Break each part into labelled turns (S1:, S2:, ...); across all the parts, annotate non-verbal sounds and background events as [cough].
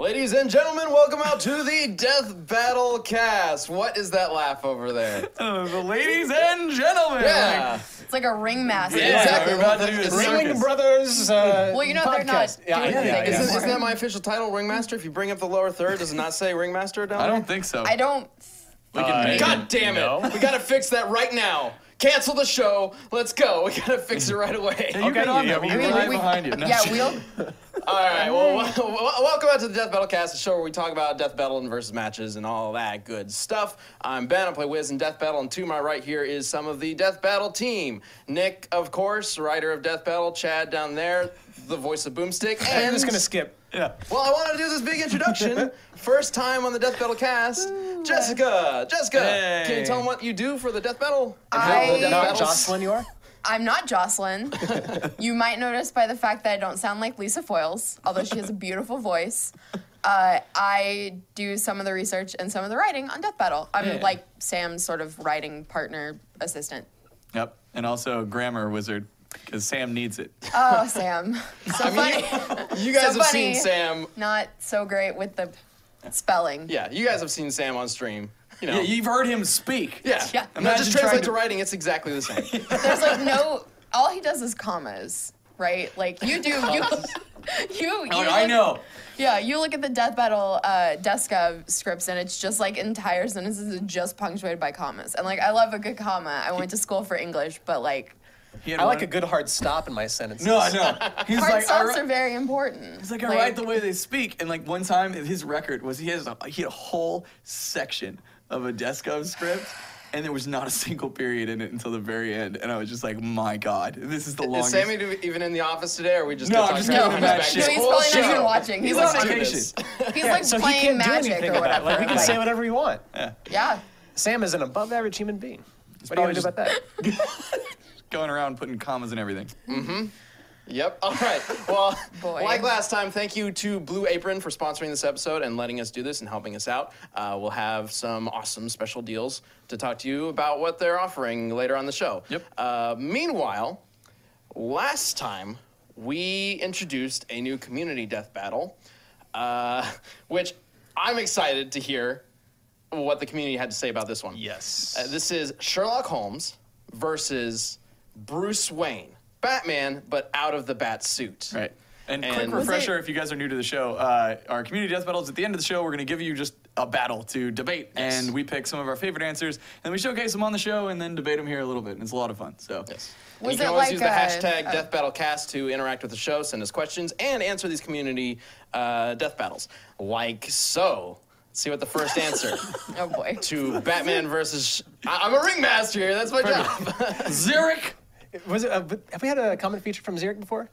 S1: Ladies and gentlemen, welcome out to the Death Battle cast. What is that laugh over
S2: [laughs]
S1: there?
S2: Uh, the ladies and gentlemen.
S1: Yeah.
S3: It's like a ringmaster.
S2: Yeah,
S1: exactly.
S2: we're about to do a
S1: It's-
S2: circus.
S4: Ringling Brothers. Uh,
S3: Well, you know they're not
S4: podcast. Yeah,
S3: doing
S4: yeah,
S3: anything.
S4: yeah,
S1: Isn't,
S4: yeah.
S1: isn't that my official title, Ringmaster? If you bring up the lower third, does it not say Ringmaster down
S2: I
S1: there?
S2: don't think so.
S3: I don't.
S2: We can make
S1: God damn it!
S2: No.
S1: We gotta fix that right now. Cancel the show. Let's go. We gotta fix it
S2: [laughs]
S1: right away.
S2: You
S4: Okay,
S2: get on
S4: yeah,
S2: there.
S4: we
S2: We
S4: can
S2: can
S4: do
S2: lie
S4: it.
S2: behind you. No,
S3: yeah,
S2: [laughs]
S3: we'll.
S1: All right. Well, [laughs] wel- wel- welcome out to the Death Battle Cast, the show where we talk about death battle and versus matches and all that good stuff. I'm Ben. I play Wiz in Death Battle, and to my right here is some of the Death Battle team. Nick, of course, writer of Death Battle. Chad down there, the voice of [laughs] Boomstick. And
S4: I'm just gonna skip.
S2: Yeah.
S1: Well, I want to do this big [laughs] introduction. First time on the Death Battle [laughs] Cast, Jessica. Jessica, can you
S2: Hey.
S1: tell them what you do for the Death Battle?
S3: I-
S1: The Death
S4: Not
S1: Battles?
S4: Jocelyn, you are.
S3: I'm
S2: [laughs]
S3: not Jocelyn. you might notice by the fact that I don't sound like Lisa Foyles, although she has a beautiful voice. Uh, I do some of the research and some of the writing on Death Battle. I'm
S2: Yeah.
S3: like Sam's sort of writing partner
S2: [laughs]
S3: assistant.
S2: Yep. And also grammar wizard, because Sam needs it.
S3: Oh, Sam. So funny. [laughs]
S1: You guys
S3: So
S1: have
S3: funny.
S1: seen Sam.
S3: not so great with the spelling.
S1: Yeah, you guys have seen Sam on stream. You know.
S2: Yeah, you've heard him speak.
S1: Yeah.
S3: Yeah.
S1: No, just
S2: Imagine
S1: translate
S2: trying
S1: to,
S2: to-
S1: writing. It's exactly the same.
S3: There's like no. All he does is commas, right? Like you do. You. You, you
S2: Like, I
S3: look-
S2: know.
S3: Yeah, you look at the death battle uh, desk of scripts, and it's just like entire sentences are just punctuated by commas. And like, I love a good comma. I went to school for English, but like,
S2: He had
S4: I like
S2: one-
S4: a good hard stop in my sentences.
S2: No, I know. He's
S3: hard
S2: like, I,
S3: stops
S2: ri-
S3: are very important.
S2: he's like, I write the way they speak. And like one time, his record was he has a, he had a whole section of a Descov script. And there was not a single period in it until the very end, and I was just like, "My God, this is the
S1: Is
S2: [laughs] longest."
S1: Sammy do- even in the office today, or are we just gonna
S2: No, I'm
S1: talk
S2: just Oh,
S1: about
S3: No,
S2: doing
S1: him
S2: that
S1: back
S2: shit.
S1: this
S3: no, he's
S1: whole
S3: probably not
S1: show?
S3: even watching. He's,
S2: He's on
S3: like,
S2: vacation.
S3: he's
S4: Yeah,
S3: like
S4: so he
S3: playing
S4: can't do
S3: magic
S4: anything
S3: or
S4: about
S3: whatever.
S4: that. Like we can
S3: like-
S4: say whatever we want.
S3: yeah.
S4: Sam is an above average human being. What do you
S2: probably
S4: want to do about that?
S2: [laughs] Going around putting commas and
S3: [laughs]
S2: everything.
S1: Yep. All right. Well,
S3: Boy.
S1: like last time, thank you to Blue Apron for sponsoring this episode and letting us do this and helping us out. Uh, we'll have some awesome special deals to talk to you about what they're offering later on the show.
S2: Yep.
S1: Uh, meanwhile, last time we introduced a new community death battle, uh, [laughs] which I'm excited to hear what the community had to say about this one.
S4: Yes.
S1: Uh, this is Sherlock Holmes versus Bruce Wayne, Batman, but out of the bat suit.
S2: Right. And,
S1: And-
S2: quick
S1: Was
S2: refresher,
S3: it-
S2: if you guys are new to the show, uh, our community death battles at the end of the show, we're going to give you just a battle to debate,
S1: Yes.
S2: and we pick some of our favorite answers, and we showcase them on the show, and then debate them here a little bit, and it's a lot of fun. So,
S1: Yes. And
S3: Was
S1: you can
S3: it
S1: always
S3: like
S1: use the
S3: a-
S1: hashtag
S3: a-
S1: Death Battle Cast to interact with the show, send us questions, and answer these community uh, death battles. Like so. Let's see what the first
S3: [laughs]
S1: answer
S3: Oh boy.
S1: to Batman versus. Sh- I- I'm a ringmaster here. That's my job. [laughs]
S2: Zurich.
S4: Was it? Uh, have we had a comment feature from Zurich before?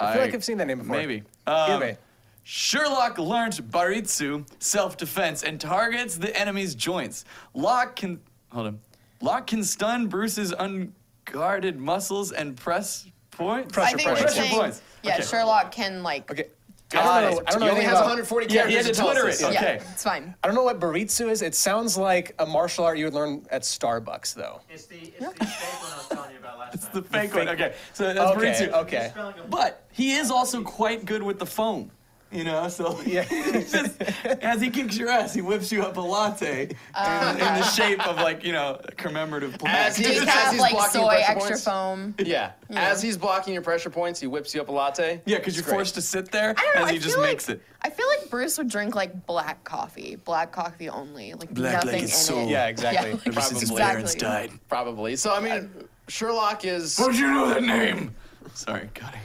S4: I feel like I've seen that name before.
S2: Maybe.
S4: Either
S2: Um,
S4: way.
S2: Sherlock learns Baritsu, self defense, and targets the enemy's joints. Locke can. Hold on. Locke can stun Bruce's unguarded muscles and press points.
S4: Pressure
S3: I think we're
S4: points.
S3: saying,
S2: points.
S3: yeah,
S2: Okay.
S3: Sherlock can like,
S4: Okay.
S1: Got
S4: I don't know.
S1: it.
S4: I don't
S1: He only
S4: know anything
S1: has
S4: about-
S1: 140
S2: Yeah, he
S1: characters.
S2: had
S1: to
S2: to
S1: tell us
S2: Twitter
S1: this.
S2: it.
S1: Okay.
S3: yeah,
S2: Okay.
S3: it's fine.
S4: I don't know what Baritsu is. It sounds like a martial art you would learn at Starbucks, though.
S5: It's the it's the fake one I was telling you about last time.
S2: The fake, one. Okay. So that's
S4: Okay,
S2: Baritsu.
S4: okay.
S5: Spelling of-
S2: But he is also quite good with the phone. You know, so [laughs]
S4: Yeah.
S2: it's just, as he kicks your ass, he whips you up a latte
S3: Ah.
S2: in, in the shape of like you know a commemorative plaque.
S1: As he-
S3: Decaf,
S1: Because he's
S3: like
S1: blocking
S3: soy,
S1: pressure
S3: extra
S1: points.
S3: foam.
S1: Yeah. As he's blocking your pressure points, he whips you up a latte.
S2: yeah, because
S1: It's
S2: you're
S1: great.
S2: forced to sit there,
S3: I don't know.
S2: and
S3: I
S2: he just
S3: feel
S2: makes
S3: like,
S2: it.
S3: I feel like Bruce would drink like black coffee, black coffee only, like
S2: Black like
S3: nothing in
S2: his soul.
S3: it.
S2: Yeah,
S4: exactly.
S3: like,
S2: Ever since his
S3: exactly.
S2: parents died.
S1: Probably. So, I mean, Sherlock is
S2: Don't you know that name? Sorry, God. I-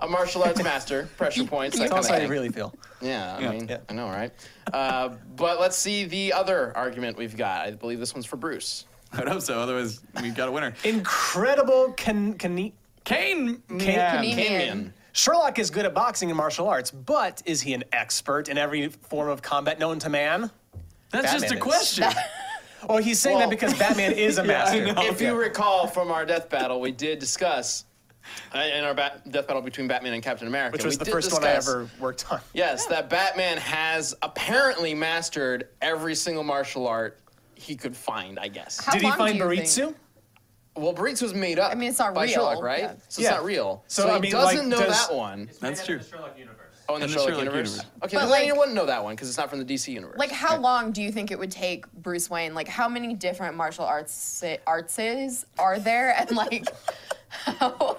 S1: a martial arts master,
S2: [laughs]
S1: pressure points, that
S4: [laughs] Tell
S1: kind
S4: us
S1: of
S4: how you
S1: thing.
S4: really feel.
S1: Yeah, I
S2: Yeah.
S1: mean,
S4: Yeah.
S1: I know, right? Uh, but let's see the other argument we've got. I believe this one's for Bruce.
S2: I'd hope so. Otherwise, we got a winner.
S4: Incredible can can
S2: Kane.
S4: Kane-
S3: Kane-
S1: Canyon.
S4: Sherlock is good at boxing and martial arts, but is he an expert in every form of combat known to man?
S2: That's just
S4: Batman
S2: a
S4: is.
S2: question.
S4: Or he's saying
S1: Well-
S4: that because Batman [laughs] is a master.
S2: know.
S1: If you recall from our death battle, we did discuss uh, in our bat- death battle between Batman and Captain America,
S4: Which was
S1: we
S4: the
S1: did
S4: first one I
S1: discuss-
S4: ever worked on.
S1: Yes, that Batman has apparently mastered every single martial art he could find. I guess.
S3: How
S4: Did he
S3: long
S4: find
S3: do you think-
S4: Baritsu?
S1: well, Baritsu was made up. I
S3: mean, it's not
S1: by
S3: real,
S1: Sherlock, right?
S3: yeah.
S1: So
S4: Yeah.
S1: it's not real. So,
S4: So,
S1: he
S4: I mean,
S1: doesn't
S4: like,
S1: know
S4: does-
S1: that one.
S5: It's made
S2: That's
S5: up of
S2: true.
S5: The Sherlock universe.
S1: Oh, in the,
S2: In
S1: Sherlock, universe. Okay,
S3: But,
S1: then
S3: like-
S1: you wouldn't know that one because it's not from the DC universe.
S3: Like, how long do you think it would take Bruce Wayne? Like, how many different martial arts artses are there? And like, [laughs] how,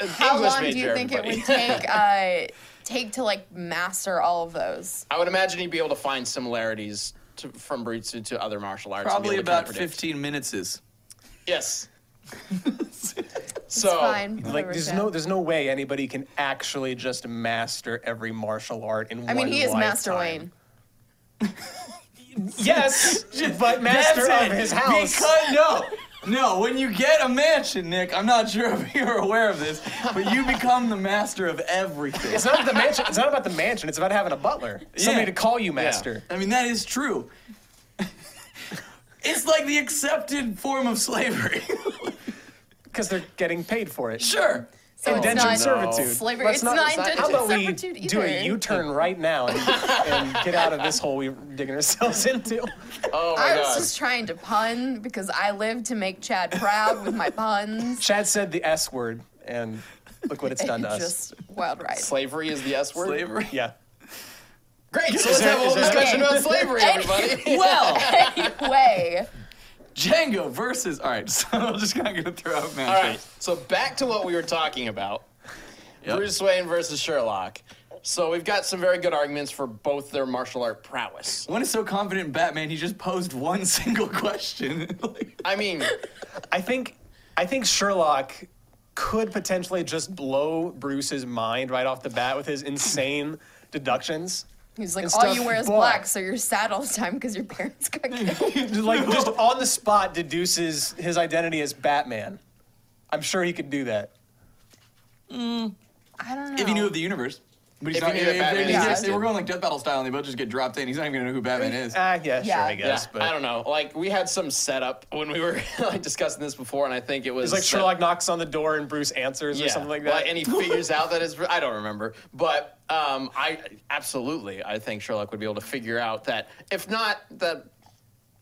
S3: how
S1: English
S3: long do you
S1: major,
S3: think it would
S1: everybody.
S3: take uh, take to like master all of those?
S1: I would imagine you'd be able to find similarities to, from Britsu to other martial arts. and be
S2: Probably
S1: able to kinda
S2: about
S1: predict.
S2: 15 minutes is.
S1: Yes.
S3: It's
S1: so
S3: fine.
S4: Like
S3: whatever,
S4: there's
S3: Sam.
S4: no there's no way anybody can actually just master every martial art in one
S3: I mean, he is Master
S4: lifetime.
S3: Wayne.
S4: Yes, [laughs] but master
S2: That's
S4: of
S2: it.
S4: his house.
S2: Because, no, no. When you get a mansion, Nick, I'm not sure if you're aware of this, but you become the master of everything.
S4: it's not the mansion. It's not about the mansion. It's about having a butler,
S2: Yeah.
S4: somebody to call you master.
S2: I mean, that is true. it's like the accepted form of slavery. [laughs]
S4: because they're getting paid for it.
S2: sure.
S3: So it's
S4: Indentured
S3: not
S4: servitude.
S3: Slavery.
S4: Let's
S3: It's
S4: not-
S3: not,
S4: let's
S1: not-
S3: indentured
S4: How about we
S3: servitude either.
S4: do a U-turn right now and, and get out of this hole we're digging ourselves [laughs] into?
S1: Oh my
S3: I was
S1: god.
S3: just trying to pun because I live to make Chad proud with my puns.
S4: Chad said the S word, and look what
S3: [laughs]
S4: it's done to us.
S3: Just wild right.
S1: Slavery is the S word.
S2: Slavery.
S4: Yeah.
S1: Great. So let's
S4: there-
S1: have a little
S4: is there-
S1: discussion
S3: Okay.
S1: about
S3: [laughs]
S1: slavery, everybody.
S2: Well,
S3: Way.
S2: Django versus. All right, [laughs] so I'm just kind of gonna throw out matches.
S1: All right. So back to what we were talking about.
S2: Yep.
S1: Bruce Wayne versus Sherlock. So we've got some very good arguments for both their martial art prowess.
S2: One is so confident in Batman, he just posed one [laughs] single question. [laughs] Like,
S1: I mean,
S4: I think I think Sherlock could potentially just blow Bruce's mind right off the bat with his insane deductions. [laughs]
S3: He's like,
S4: and
S3: all
S4: stuff,
S3: you wear is
S4: but-
S3: black, so you're sad all the time because your parents
S4: [laughs]
S3: got killed.
S4: Like just on the spot deduces his identity as Batman. I'm sure he could do that.
S3: I don't know.
S2: if he knew of the universe. But he's
S1: If
S2: not,
S1: he knew that Batman
S2: he's-
S1: existed.
S2: We're going like Death Battle style, and they both just get dropped in. He's not even gonna know who Batman is.
S4: Ah, yeah, sure,
S3: Yeah.
S4: I
S1: yeah,
S4: guess. but
S1: I don't know. Like we had some setup when we were [laughs] like discussing this before, and I think it was
S4: It's like
S1: that-
S4: Sherlock knocks on the door and Bruce answers or something like that.
S1: and
S4: [laughs]
S1: he figures out that it's I don't remember, but um, I absolutely I think Sherlock would be able to figure out that if not that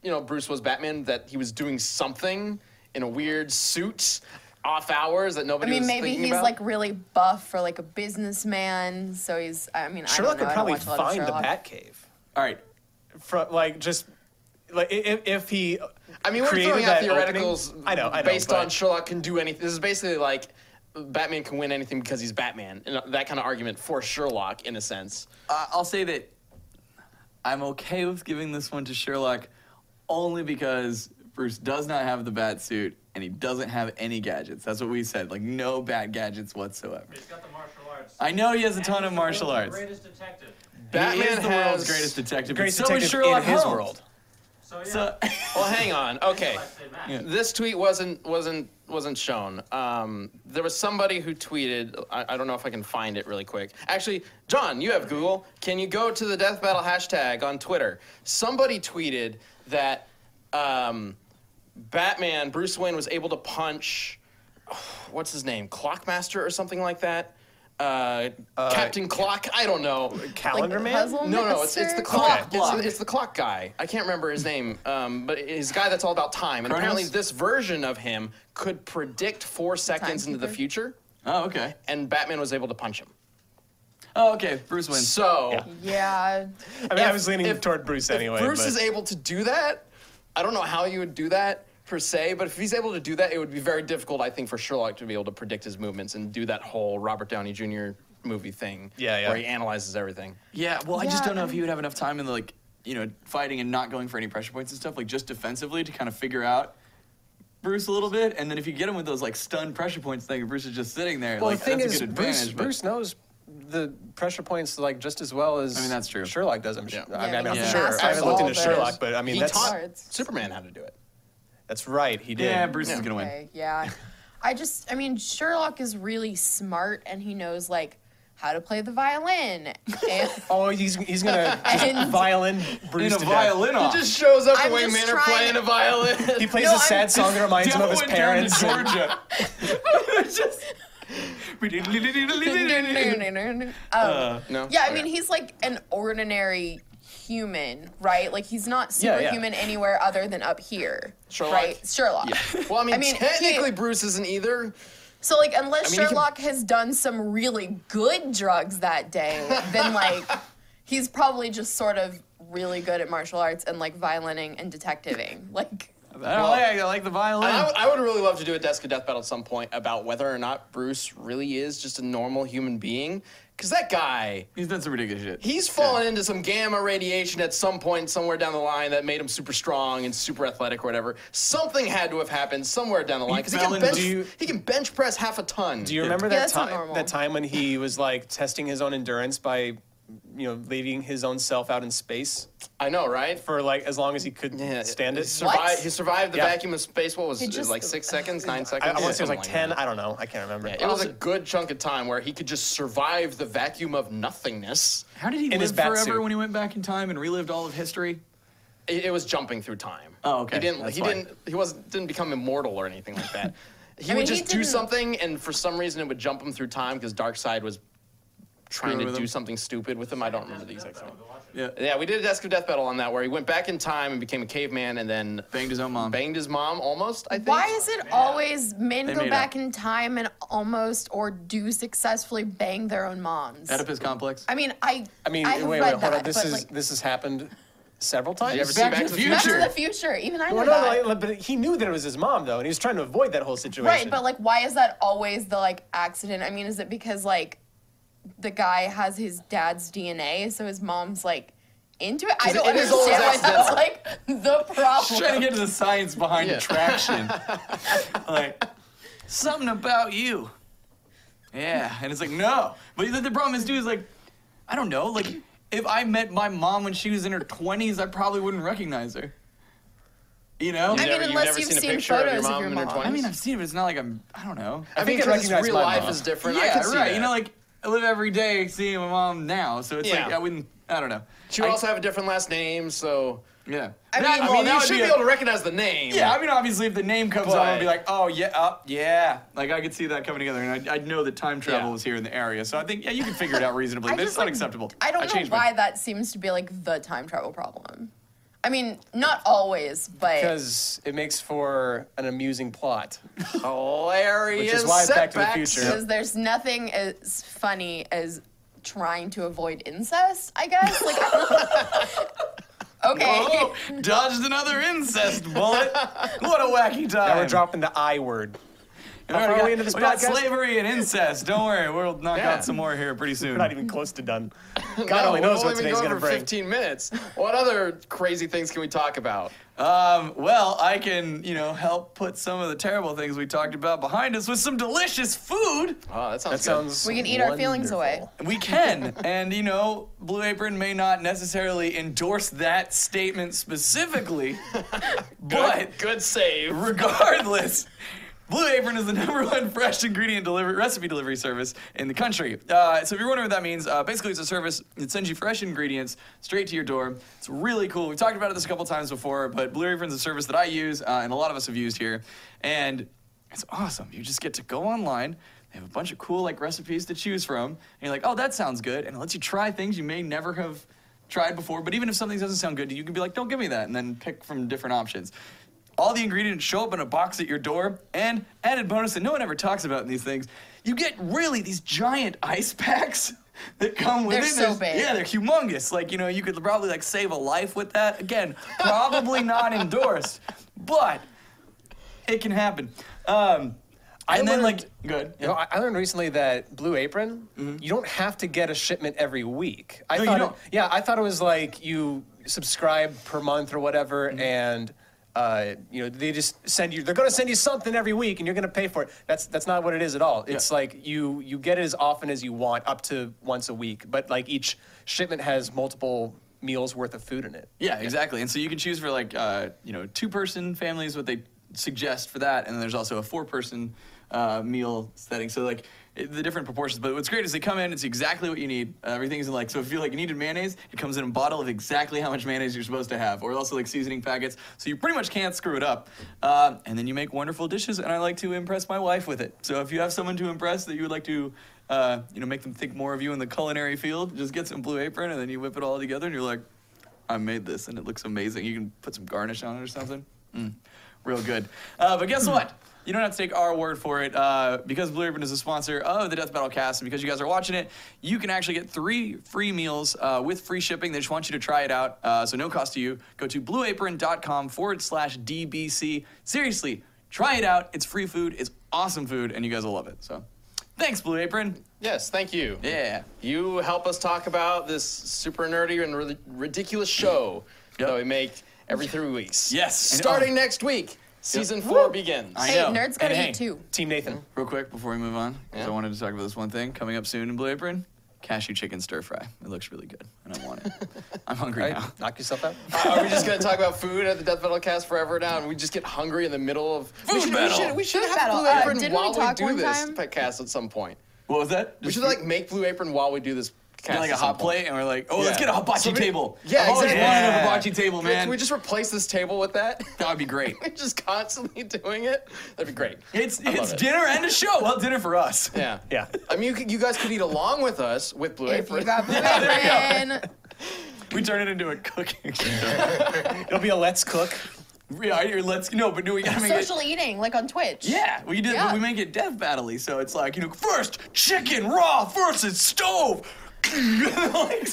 S1: you know Bruce was Batman, that he was doing something in a weird suit off hours that
S3: I
S1: nobody.
S3: mean,
S1: was
S3: maybe
S1: thinking
S3: he's
S1: about.
S3: like really buff for like a businessman, so he's. I mean, I
S4: Sherlock could
S3: don't know.
S4: probably
S3: I don't watch a lot of
S4: find the
S3: Sherlock.
S4: Batcave.
S2: All right,
S4: From like just like i- if, if he
S1: I mean, we're
S4: created
S1: throwing out
S4: that opening-
S1: theoreticals
S4: I know, I know,
S1: based on
S4: but-
S1: Sherlock can do anything. This is basically like Batman can win anything because he's Batman, and uh, that kind of argument for Sherlock in a sense.
S2: uh, I'll say that I'm okay with giving this one to Sherlock only because Bruce does not have the bat suit and he doesn't have any gadgets. That's what we said. Like no bat gadgets whatsoever.
S5: He's got the martial arts.
S2: I know he has a
S5: And
S2: ton
S5: he's
S2: of
S5: the
S2: martial
S5: world's
S2: arts.
S5: Greatest detective.
S2: Batman
S1: Batman
S2: is the
S1: has-
S2: world's greatest detective.
S4: greatest
S2: but so
S4: detective
S2: is Sherlock
S4: in his
S2: Holmes.
S4: world.
S5: So yeah.
S2: So,
S1: Well, hang on.
S4: [laughs]
S1: Okay.
S5: I'd say Matt.
S1: This tweet wasn't wasn't wasn't shown. Um, there was somebody who tweeted. I, I don't know if I can find it really quick. Actually, John, you have Google. Can you go to the death battle hashtag on Twitter? Somebody tweeted that um, Batman Bruce Wayne was able to punch [sighs] what's his name Clockmaster or something like that. Uh, Captain Clock. I don't know.
S4: Calendar
S3: the
S4: Man.
S3: puzzle
S1: No, no, it's, it's the
S3: master?
S1: clock.
S2: Okay.
S1: It's, it's the clock guy. I can't remember his name, um, but he's the guy that's all about time. And
S2: Chronos?
S1: apparently, this version of him could predict four seconds into the
S3: Timekeeper?
S1: future,
S2: oh okay.
S1: and Batman was able to punch him.
S2: Oh okay. Bruce wins.
S1: So,
S4: Yeah.
S3: Yeah.
S4: I mean, I
S1: if-
S4: was leaning
S1: if-
S4: toward Bruce anyway.
S1: if Bruce
S4: but-
S1: is able to do that, I don't know how you would do that per se, but if he's able to do that, it would be very difficult, I think, for Sherlock to be able to predict his movements and do that whole Robert Downey Jr. movie thing,
S4: Yeah, yeah.
S1: where he analyzes everything.
S2: Yeah. Well, I just
S3: Yeah,
S2: don't know
S3: I
S2: if he would have enough time in the, like you know fighting and not going for any pressure points and stuff like just defensively to kind of figure out. Bruce a little bit, and then if you get him with those like stun pressure points thing, Bruce is just sitting there.
S4: well,
S2: like,
S4: the thing
S2: that's
S4: is,
S2: a good
S4: Bruce,
S2: advantage, but-
S4: Bruce knows the pressure points like just as well as
S2: I mean, that's true.
S4: Sherlock does. I'm, sh-
S1: Yeah.
S4: I mean,
S3: Yeah,
S4: I'm not
S2: he's a
S4: sure.
S3: master
S4: I haven't
S3: of
S4: looked
S3: all
S4: into
S3: those.
S4: Sherlock, but I mean,
S1: he
S4: that's
S1: taught
S3: Cards.
S1: Superman how to do it.
S4: that's right. He did.
S2: Yeah, Bruce is
S1: Yeah.
S2: gonna win.
S3: Okay, yeah. I just, I mean, Sherlock is really smart and he knows like how to play the
S4: [laughs]
S3: violin. And [laughs]
S4: Oh, he's he's gonna just
S3: And-
S4: violin Bruce
S2: In a
S4: to death.
S2: violin off.
S1: He just shows up
S3: I'm
S1: the way
S3: just
S1: men are
S3: trying
S1: playing
S3: to-
S1: a violin.
S3: [laughs]
S4: He plays
S3: No,
S4: a sad
S3: I'm-
S4: song that reminds him of
S2: Devil
S4: his
S2: went down to
S4: parents. and-
S2: Georgia.
S1: no?
S3: [laughs] um, Yeah, I
S4: Oh,
S1: Okay.
S3: mean, he's like an ordinary human, right? Like he's not
S4: Yeah, yeah.
S3: superhuman anywhere other than up here.
S1: Sherlock?
S3: Right? Sherlock.
S1: Well, I mean,
S3: I mean,
S1: technically
S3: he-
S1: Bruce isn't either.
S3: [laughs] So like,
S1: I
S3: unless
S1: mean, you can-
S3: Sherlock has done some really good drugs that day, then
S4: [laughs]
S3: like, he's probably just sort of really good at martial arts and like violining and detectiving. [laughs] Like,
S2: I don't like. I like the violin.
S1: And I, would- I would really love to do a desk of death battle at some point about whether or not Bruce really is just a normal human being. Because that guy,
S2: He's done some ridiculous shit.
S1: he's fallen into some gamma radiation at some point somewhere down the line that made him super strong and super athletic or whatever. Something had to have happened somewhere down the line because he,
S2: fell
S1: can
S2: into
S1: bench
S2: the-
S4: Do you-
S1: he can bench press half a ton.
S4: Do you remember
S3: Yeah,
S4: that
S3: that's not
S4: time?
S3: normal.
S4: That time when he was like testing his own endurance by, you know, leaving his own self out in space
S1: I know, right?
S4: for like as long as he could
S1: Yeah,
S4: stand it.
S1: survived,
S3: What?
S1: He survived the
S4: Yeah.
S1: vacuum of space. What was
S3: It
S1: it?
S3: just-
S1: like
S3: [laughs]
S1: six seconds, nine
S4: I,
S1: seconds?
S4: want to say it was
S1: Something
S4: like ten.
S1: that.
S4: I don't know. I can't remember.
S1: It was a good chunk of time where he could just survive the vacuum of nothingness.
S2: How did he
S4: In
S2: live
S4: his bat
S2: forever
S4: suit.
S2: when he went back in time and relived all of history?
S1: It, it was jumping through time.
S2: Oh, okay.
S1: He didn't.
S2: That's
S1: he
S2: fine.
S1: didn't. He was didn't become immortal or anything like that. He
S3: I
S1: would
S3: mean, he
S1: just do
S3: didn't-
S1: something, and for some reason, it would jump him through time because Darkseid was trying
S2: Screwing
S1: to
S2: with
S1: do
S2: him.
S1: something stupid with him. I don't remember the exact
S5: Go
S1: same.
S5: watch it.
S2: Yeah.
S1: Yeah, we did a Desk of Death battle on that where he went back in time and became a caveman, and then
S2: Banged his own mom.
S1: banged his mom almost. I think.
S3: why is it always men
S2: They
S3: go
S2: made up.
S3: back in time and almost or do successfully bang their own moms?
S2: Oedipus complex.
S3: I mean, I.
S4: I mean,
S3: I have
S4: wait, wait,
S3: read
S4: hold
S3: that,
S4: on. This
S3: but,
S4: is
S3: like,
S4: this has happened several times.
S1: you ever see
S2: Back
S1: Back
S2: to
S1: to
S2: the
S1: the
S3: Back to
S1: Future?
S3: the future. Even I know
S4: Well, no,
S3: that.
S4: like, but he knew that it was his mom though, and he was trying to avoid that whole situation.
S3: Right, but like, why is that always the like accident? I mean, is it because like the guy has his dad's DNA, so his mom's like into it? I
S1: Is it-
S3: don't
S1: it is always
S3: understand why that's like the
S2: Just trying to
S3: problem.
S2: get to the science behind
S1: Yeah.
S2: attraction. like
S3: [laughs]
S2: something about you. Yeah, and it's like no, but the, the problem is, dude, is like I don't know. Like if I met my mom when she was in her twenties, I probably wouldn't recognize her. You know?
S3: I mean,
S1: you've
S3: unless you've
S1: seen a
S3: seen
S1: picture of your
S3: photos of
S1: mom
S3: your
S1: in her
S3: mom.
S1: 20s?
S3: I
S2: I mean, I've seen it, but it's not like I'm. I don't know.
S1: I mean,
S4: think I
S1: because
S4: recognize
S1: real
S4: my
S1: life
S4: mom.
S1: is different. I
S2: yeah,
S1: can see
S2: right.
S1: that.
S2: You know, like I live every day seeing my mom now, so it's like
S1: Yeah.
S2: I wouldn't. I don't know.
S1: she would
S2: I-
S1: also have a different last name, so
S2: Yeah.
S3: I
S2: That-
S3: mean-
S1: I mean,
S2: that
S1: you
S2: would
S1: should be
S2: a-
S1: able to recognize the name.
S2: Yeah, I mean, obviously, if the name comes up, I'd be
S1: But-
S2: like, oh, yeah, up, yeah. Like, I could see that coming together, and I, I know that time travel
S1: Yeah.
S2: is here in the area, so I think, yeah, you can figure it out reasonably,
S3: I
S2: but
S3: just,
S2: it's not
S3: like,
S2: acceptable.
S3: I don't know
S2: changed my-
S3: why that seems to be like the time travel problem. I mean, not always, but
S4: because it makes for an amusing plot.
S1: hilarious.
S4: Which is why Back to the
S1: setbacks.
S4: Future-
S3: because there's nothing as funny as trying to avoid incest. I guess. Like, [laughs] okay.
S2: Oh, dodged another incest
S4: [laughs]
S2: bullet. What a wacky time.
S4: Now we're dropping the I word.
S2: And we
S4: How far
S2: got,
S4: are we into this
S2: we got
S4: podcast?
S2: slavery and incest. Don't worry, we'll knock
S1: Yeah.
S2: out some more here pretty soon.
S4: We're not even close
S3: [laughs]
S4: to done. God
S1: No,
S4: only knows
S1: we've
S4: what
S1: only been
S4: today's
S1: going
S4: gonna
S1: for
S4: bring.
S1: 15 minutes. What other crazy things can we talk about?
S2: Um, well, I can, you know, help put some of the terrible things we talked about behind us with some delicious food.
S1: Oh, that sounds.
S4: That
S1: good.
S4: sounds.
S3: We can eat our feelings away.
S4: wonderful.
S2: We can. and, you know, Blue Apron may not necessarily endorse that statement specifically, but
S1: good. Good save.
S2: regardless, Blue Apron is the number one fresh ingredient delivery recipe delivery service in the country. Uh, so if you're wondering what that means, uh, basically it's a service that sends you fresh ingredients straight to your door. It's really cool. We've talked about this a couple times before, but Blue Apron's a service that I use uh, and a lot of us have used here, and it's awesome. You just get to go online. They have a bunch of cool like recipes to choose from, and you're like, oh, that sounds good, and it lets you try things you may never have tried before. But even if something doesn't sound good to you, you can be like, don't give me that, and then pick from different options. All the ingredients show up in a box at your door, and added bonus that no one ever talks about in these things, you get really these giant ice [laughs] packs that come with
S3: They're
S2: it.
S3: so
S2: There's-
S3: big.
S2: Yeah, they're humongous. Like you know, you could probably like save a life with that. Again, probably [laughs] not endorsed, but it can happen. Um, and then
S4: learned-
S2: like good.
S4: You know, I I learned recently that Blue Apron,
S3: Mm-hmm.
S4: you don't have to get a shipment every week. I
S2: No, you
S4: thought
S2: don't.
S4: It, yeah, I thought it was like you subscribe per month or whatever,
S3: Mm-hmm.
S4: and uh, you know they just send you. They're going to send you something every week, and you're going to pay for it. That's that's not what it is at all. It's like you you get it as often as you want, up to once a week. But like each shipment has multiple meals worth of food in it.
S2: Yeah, exactly. And so you can choose for like uh, you know two person families what they suggest for that, and there's also a four person uh, meal setting. So like it- the different proportions. But what's great is they come in, it's exactly what you need. Uh, everything's in like so if you like needed mayonnaise, it comes in a bottle of exactly how much mayonnaise you're supposed to have, or also like seasoning packets. So you pretty much can't screw it up. Uh, and then you make wonderful dishes, and I like to impress my wife with it. So if you have someone to impress that you would like to uh, you know make them think more of you in the culinary field, just get some Blue Apron, and then you whip it all together, and you're like. I made this and it looks amazing. You can put some garnish on it or something. Mm. real good. Uh, but guess what? You don't have to take our word for it. Uh, because Blue Ribbon is a sponsor of the Death Battle Cast, and because you guys are watching it, you can actually get three free meals uh, with free shipping. They just want you to try it out, uh, so no cost to you. Go to blueapron.com forward slash DBC. Seriously, try it out. It's free food, it's awesome food, and you guys will love it. So thanks, Blue Apron.
S1: Yes, thank you.
S2: Yeah.
S1: You help us talk about this super nerdy and really ridiculous show that we make every three weeks.
S2: Yes. And-
S1: Starting next week, season four begins.
S2: I
S3: Hey,
S2: know.
S3: nerds gotta
S2: And hey,
S3: eat too. Mm-hmm.
S4: Team Nathan.
S2: Real quick before we move on, 'cause
S1: Yeah.
S2: I wanted to talk about this one thing coming up soon in Blue Apron: cashew chicken stir fry. It looks really good, and
S1: [laughs]
S2: I want it. I'm hungry
S4: Right?
S2: now.
S4: Knock yourself out.
S1: Are are we just gonna talk about food at the Death Battle Cast forever now, and we just get hungry in the middle of we
S2: Food
S1: should,
S2: battle.
S1: We should, we should
S3: Food
S1: have
S3: battle.
S1: Blue
S3: Uh,
S1: Apron
S3: didn't we
S1: while we,
S3: talk
S1: do
S3: one
S1: this
S3: time?
S1: pa- cast at some point.
S2: What was that?
S1: We should like make Blue Apron while we do this cast.
S2: like
S1: at
S2: a
S1: some
S2: hot Oh,
S1: point.
S2: plate, and we're like, oh, let's
S1: Yeah.
S2: get a hibachi
S1: Somebody-
S2: table.
S1: Yeah,
S2: I've always
S1: exactly.
S2: wanted a
S1: Yeah.
S2: hibachi table, man.
S1: Can we just replace this table with that? [laughs]
S2: that would be great.
S1: just constantly doing it. That'd be great.
S2: It's
S1: love
S2: it's
S1: it.
S2: dinner and a show. Well, dinner for us.
S1: Yeah.
S4: [laughs] Yeah.
S1: I mean, you, could, you guys could eat along with us with Blue
S3: If you
S1: Apron. [laughs]
S2: [laughs]
S3: got Blue Apron,
S2: We turn it into a cooking show.
S4: It'll be a let's cook.
S2: yeah, you're- let's no, but no, we gotta make it.
S3: social eating like on Twitch.
S2: Yeah, we did.
S3: Yeah.
S2: We make it death battle so it's like you know, first chicken raw, first it's stove. [laughs] Like,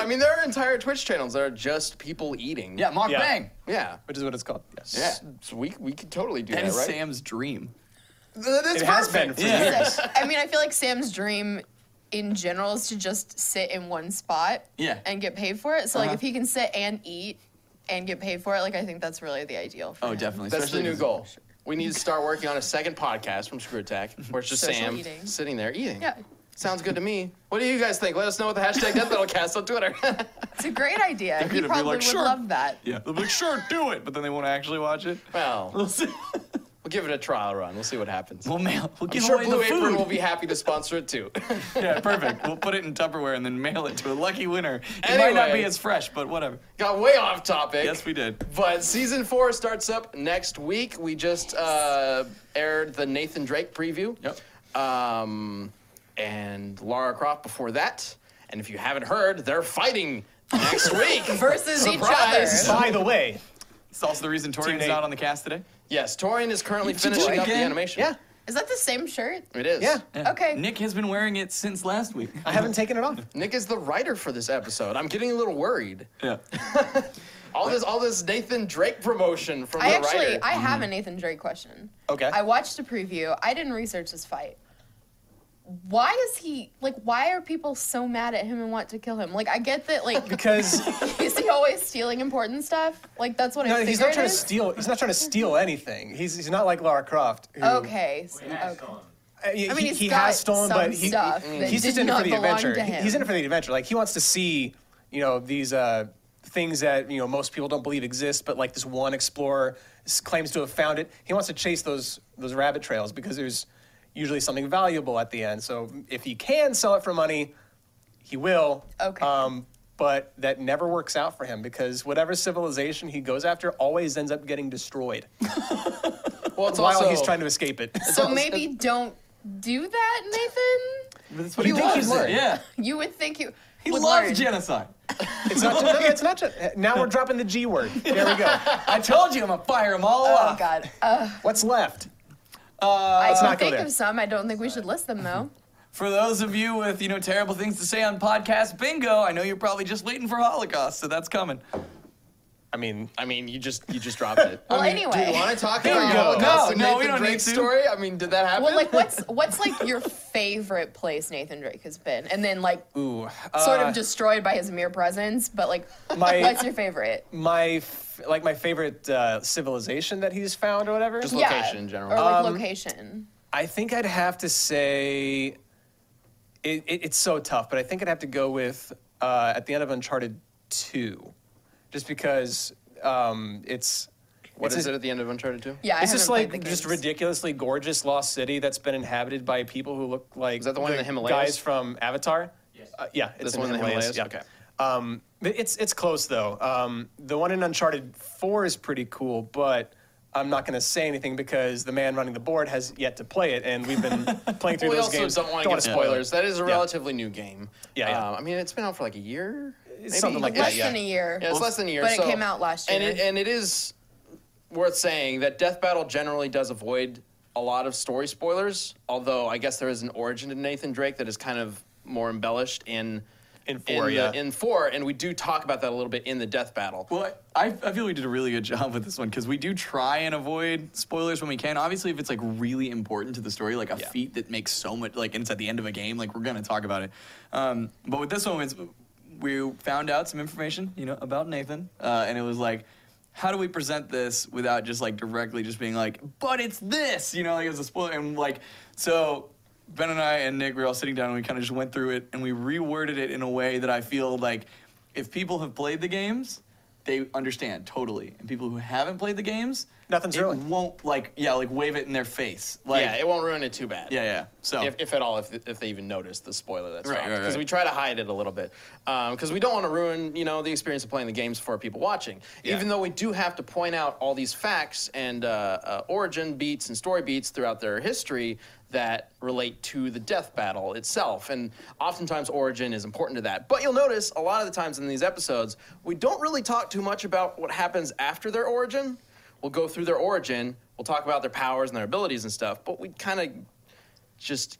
S1: I mean, there are entire Twitch channels that are just people eating.
S2: yeah, mock
S4: Yeah.
S2: bang.
S1: Yeah.
S4: Which is what it's called. Yes.
S1: Yeah. So we, we could totally do
S2: That
S1: that,
S2: is
S1: right?
S2: Sam's dream.
S1: That's
S4: It has been
S1: perfect.
S4: for
S2: Yeah.
S4: years.
S3: [laughs] I mean, I feel like Sam's dream in general is to just sit in one spot
S2: Yeah.
S3: and get paid for it. So
S2: Uh-huh.
S3: like if he can sit and eat and get paid for it, like I think that's really the ideal. For
S2: Oh,
S3: him.
S2: definitely.
S1: That's the
S2: especially
S1: new
S2: if-
S1: goal. We need to start working on a second podcast from Screw Attack, where it's just
S3: Social
S1: Sam
S3: eating.
S1: sitting there eating.
S3: Yeah.
S1: Sounds good to me. What do you guys think? Let us know with the hashtag Death Metal Cast on Twitter. [laughs]
S3: It's a great idea.
S2: gonna
S3: He
S2: be
S3: probably
S2: like,
S3: would
S2: "Sure."
S3: love that.
S2: Yeah, they'll be like, sure, do it, but then they won't actually watch it.
S1: well,
S2: We'll see.
S1: we'll give it a trial run. We'll see what happens.
S2: We'll mail. We'll
S1: I'm
S2: give
S1: sure
S2: away
S1: Blue
S2: the food.
S1: Apron will be happy to sponsor it too. [laughs]
S2: yeah, perfect. We'll put it in Tupperware and then mail it to a lucky winner. It might not
S1: Anyway.
S2: be as fresh, but whatever.
S1: Got way off topic.
S2: Yes, we did.
S1: But season four starts up next week. We just uh, aired the Nathan Drake preview.
S2: Yep.
S1: Um, and Lara Croft before that. And if you haven't heard, they're fighting
S2: [laughs]
S1: next week.
S3: Versus
S1: Surprise.
S3: each other.
S4: By the way,
S2: It's also the reason Torian's
S4: Nate.
S2: not on the cast today.
S1: yes, Torian is currently
S2: Did you do
S1: finishing
S2: it
S1: up the
S2: again?
S1: animation.
S4: yeah,
S3: Is that the same shirt?
S1: It is.
S4: Yeah.
S2: Yeah.
S3: Okay.
S2: Nick has been wearing it since last week.
S4: I haven't taken it [laughs] off.
S1: Nick is the writer for this episode. I'm getting a little worried.
S2: Yeah.
S1: All this, all this Nathan Drake promotion from
S3: I
S1: the
S3: actually
S1: writer.
S3: I
S2: Mm-hmm.
S3: have a Nathan Drake question.
S4: Okay.
S3: I watched a preview. I didn't research this fight. Why is he like why are people so mad at him and want to kill him? Like I get that like
S4: Because
S3: is he always stealing important stuff? Like that's what I
S4: no,
S3: figured.
S4: he's not trying
S3: it
S4: to
S3: is?
S4: steal. He's not trying to steal anything. He's he's not like Lara Croft. who-
S3: Okay. so-
S5: Well, yeah,
S3: okay.
S5: so-
S4: I mean,
S3: I mean,
S4: he,
S3: he's
S4: he
S3: got
S4: has stolen,
S3: some
S4: but he,
S3: stuff
S4: he-
S3: that
S4: he's just
S3: did
S4: in it
S3: not
S4: for the
S3: belong
S4: adventure.
S3: to
S4: He-
S3: him.
S4: He's in it for the adventure. Like he wants to see, you know, these uh, things that you know most people don't believe exist, but like this one explorer s- claims to have found it. He wants to chase those those rabbit trails because there's usually something valuable at the end. So if he can sell it for money, he will.
S3: Okay.
S4: Um, but that never works out for him because whatever civilization he goes after always ends up getting destroyed
S1: well, it's
S4: while
S1: also,
S4: he's trying to escape it. [laughs]
S3: So maybe don't do that,
S2: That's what
S4: You think he'd
S2: loves it,
S4: learn.
S2: Yeah.
S3: Nathan. You would think you
S2: He
S3: would
S2: loves
S3: learn.
S2: genocide.
S4: It's not. no, it's not. [laughs] Now we're dropping the G word. There we go.
S2: I told you I'm gonna fire them all
S3: Oh
S2: off.
S3: god. Uh,
S4: What's left?
S3: I can
S4: not go
S3: think
S4: there.
S3: of some. I don't think we should list them though.
S2: For those of you with you know terrible things to say on podcast bingo, I know you're probably just waiting for Holocaust, so that's coming.
S4: I mean,
S1: I mean, you just you just dropped it.
S3: [laughs] Well,
S1: I mean, do
S3: anyway.
S1: you want to talk
S4: Bingo.
S1: about Holocaust
S2: No,
S1: and
S2: no, we
S1: Nathan
S2: don't need
S1: Drake's
S2: to.
S1: story? I mean, did that happen?
S3: Well, like what's what's like your favorite place Nathan Drake has been, and then like
S4: ooh.
S3: sort
S4: uh,
S3: of destroyed by his mere presence, but like
S4: My-
S3: what's your favorite?
S4: my f- like my favorite uh, civilization that he's found or whatever.
S1: Just- Location in general.
S3: or
S4: Um,
S3: like location.
S4: I think I'd have to say. It, it, it's so tough, but I think I'd have to go with uh, at the end of Uncharted Two, just because um, it's.
S1: What
S4: it's
S1: is
S4: a-
S1: it at the end of Uncharted 2?
S3: Yeah, I
S4: It's just
S3: haven't played
S4: like
S3: the
S4: just
S3: games.
S4: ridiculously gorgeous lost city that's been inhabited by people who look like
S1: Is that the one in the Himalayas?
S4: guys from Avatar.
S5: Yes.
S4: Uh, yeah, it's
S1: This
S4: in
S1: one in
S4: the
S1: the
S4: Himalayas.
S1: Himalayas?
S4: Yeah. Um, but it's it's close though. Um, the one in Uncharted Four is pretty cool, but I'm not going to say anything because the man running the board has yet to play it, and we've
S1: [laughs]
S4: been playing through
S1: we
S4: those
S1: also
S4: games.
S1: don't want to get
S4: wanna spoil it.
S1: spoilers. That is a relatively new game.
S4: Yeah, yeah.
S1: Um, I mean, it's been out for like a year. maybe?
S4: Something like
S3: less
S4: that. Yeah.
S3: than a year.
S1: Yeah, it's less than a year.
S3: But it
S1: so-
S3: came out last
S1: And
S3: year.
S1: it, and it is worth saying that Death Battle generally does avoid a lot of story spoilers, although I guess there is an origin to Nathan Drake that is kind of more embellished in
S4: In four,
S1: in,
S4: yeah.
S1: the, in four, and we do talk about that a little bit in the Death Battle.
S2: Well, I, I feel we did a really good [laughs] job with this one because we do try and avoid spoilers when we can. Obviously, if it's like really important to the story, like a
S1: Yeah.
S2: feat that makes so much, like, and it's at the end of a game, like, we're going to talk about it. Um, but with this one, it's, we found out some information, you know, about Nathan, uh, and it was like, how do we present this without just like directly just being like, but it's this, you know, like it's a spoiler. And like, so Ben and I and Nick, we were all sitting down and we kind of just went through it and we reworded it in a way that I feel like if people have played the games, they understand totally. And people who haven't played the games,
S4: Nothing's
S2: it
S4: really-
S2: won't like, yeah, like wave it in their face. Like,
S1: yeah,
S2: yeah,
S1: it won't ruin it too bad.
S2: yeah, So,
S1: if, if at all, if, if they even notice the spoiler that's
S2: Right,
S1: dropped,
S2: right,
S1: because
S2: right.
S1: we try to hide it a little bit, because we don't want to ruin, you know, the experience of playing the games for people watching.
S2: Yeah.
S1: Even though we do have to point out all these facts and uh, uh, origin beats and story beats throughout their history that relate to the death battle itself, and oftentimes origin is important to that. But you'll notice a lot of the times in these episodes, we don't really talk too much about what happens after their origin. We'll go through their origin. We'll talk about their powers and their abilities and stuff, but we kind of just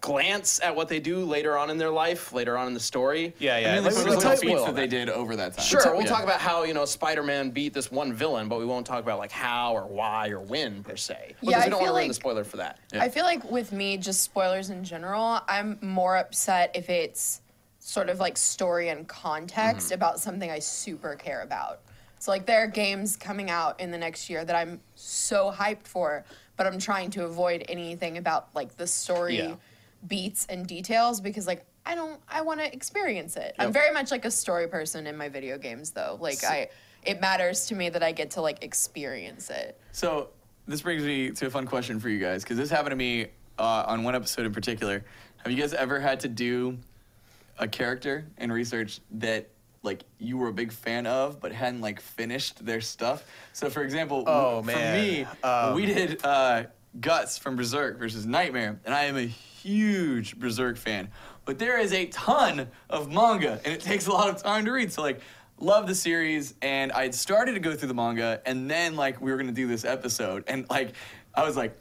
S1: glance at what they do later on in their life, later on in the story.
S4: Yeah, yeah.
S2: I mean, like,
S4: Let's-
S2: what
S1: let's
S2: were the
S1: type
S2: feats
S1: will.
S2: that they did over that time?
S1: Sure,
S2: So-
S1: we'll
S2: yeah.
S1: talk about how, you know, Spider-Man beat this one villain, but we won't talk about like how or why or when per se. Because
S3: I
S1: we don't want to ruin
S3: feel
S1: the
S3: like-
S1: spoiler for that.
S3: I feel like with me, just spoilers in general, I'm more upset if it's sort of like story and context
S1: Mm-hmm.
S3: about something I super care about. So, like, there are games coming out in the next year that I'm so hyped for, but I'm trying to avoid anything about like the story
S1: Yeah.
S3: beats and details because, like, I don't, I want to experience it. I'm
S1: Yep.
S3: very much like a story person in my video games, though. Like, I, it matters to me that I get to like experience it.
S2: So this brings me to a fun question for you guys because this happened to me uh, on one episode in particular. Have you guys ever had to do a character in research that like you were a big fan of but hadn't like finished their stuff? So for example, w-
S4: Oh, man. Um,
S2: for me, we did uh, Guts from Berserk versus Nightmare, and I am a huge Berserk fan. But there is a ton of manga, and it takes a lot of time to read. So like, love the series, and I had started to go through the manga, and then like we were gonna do this episode, and like I was like.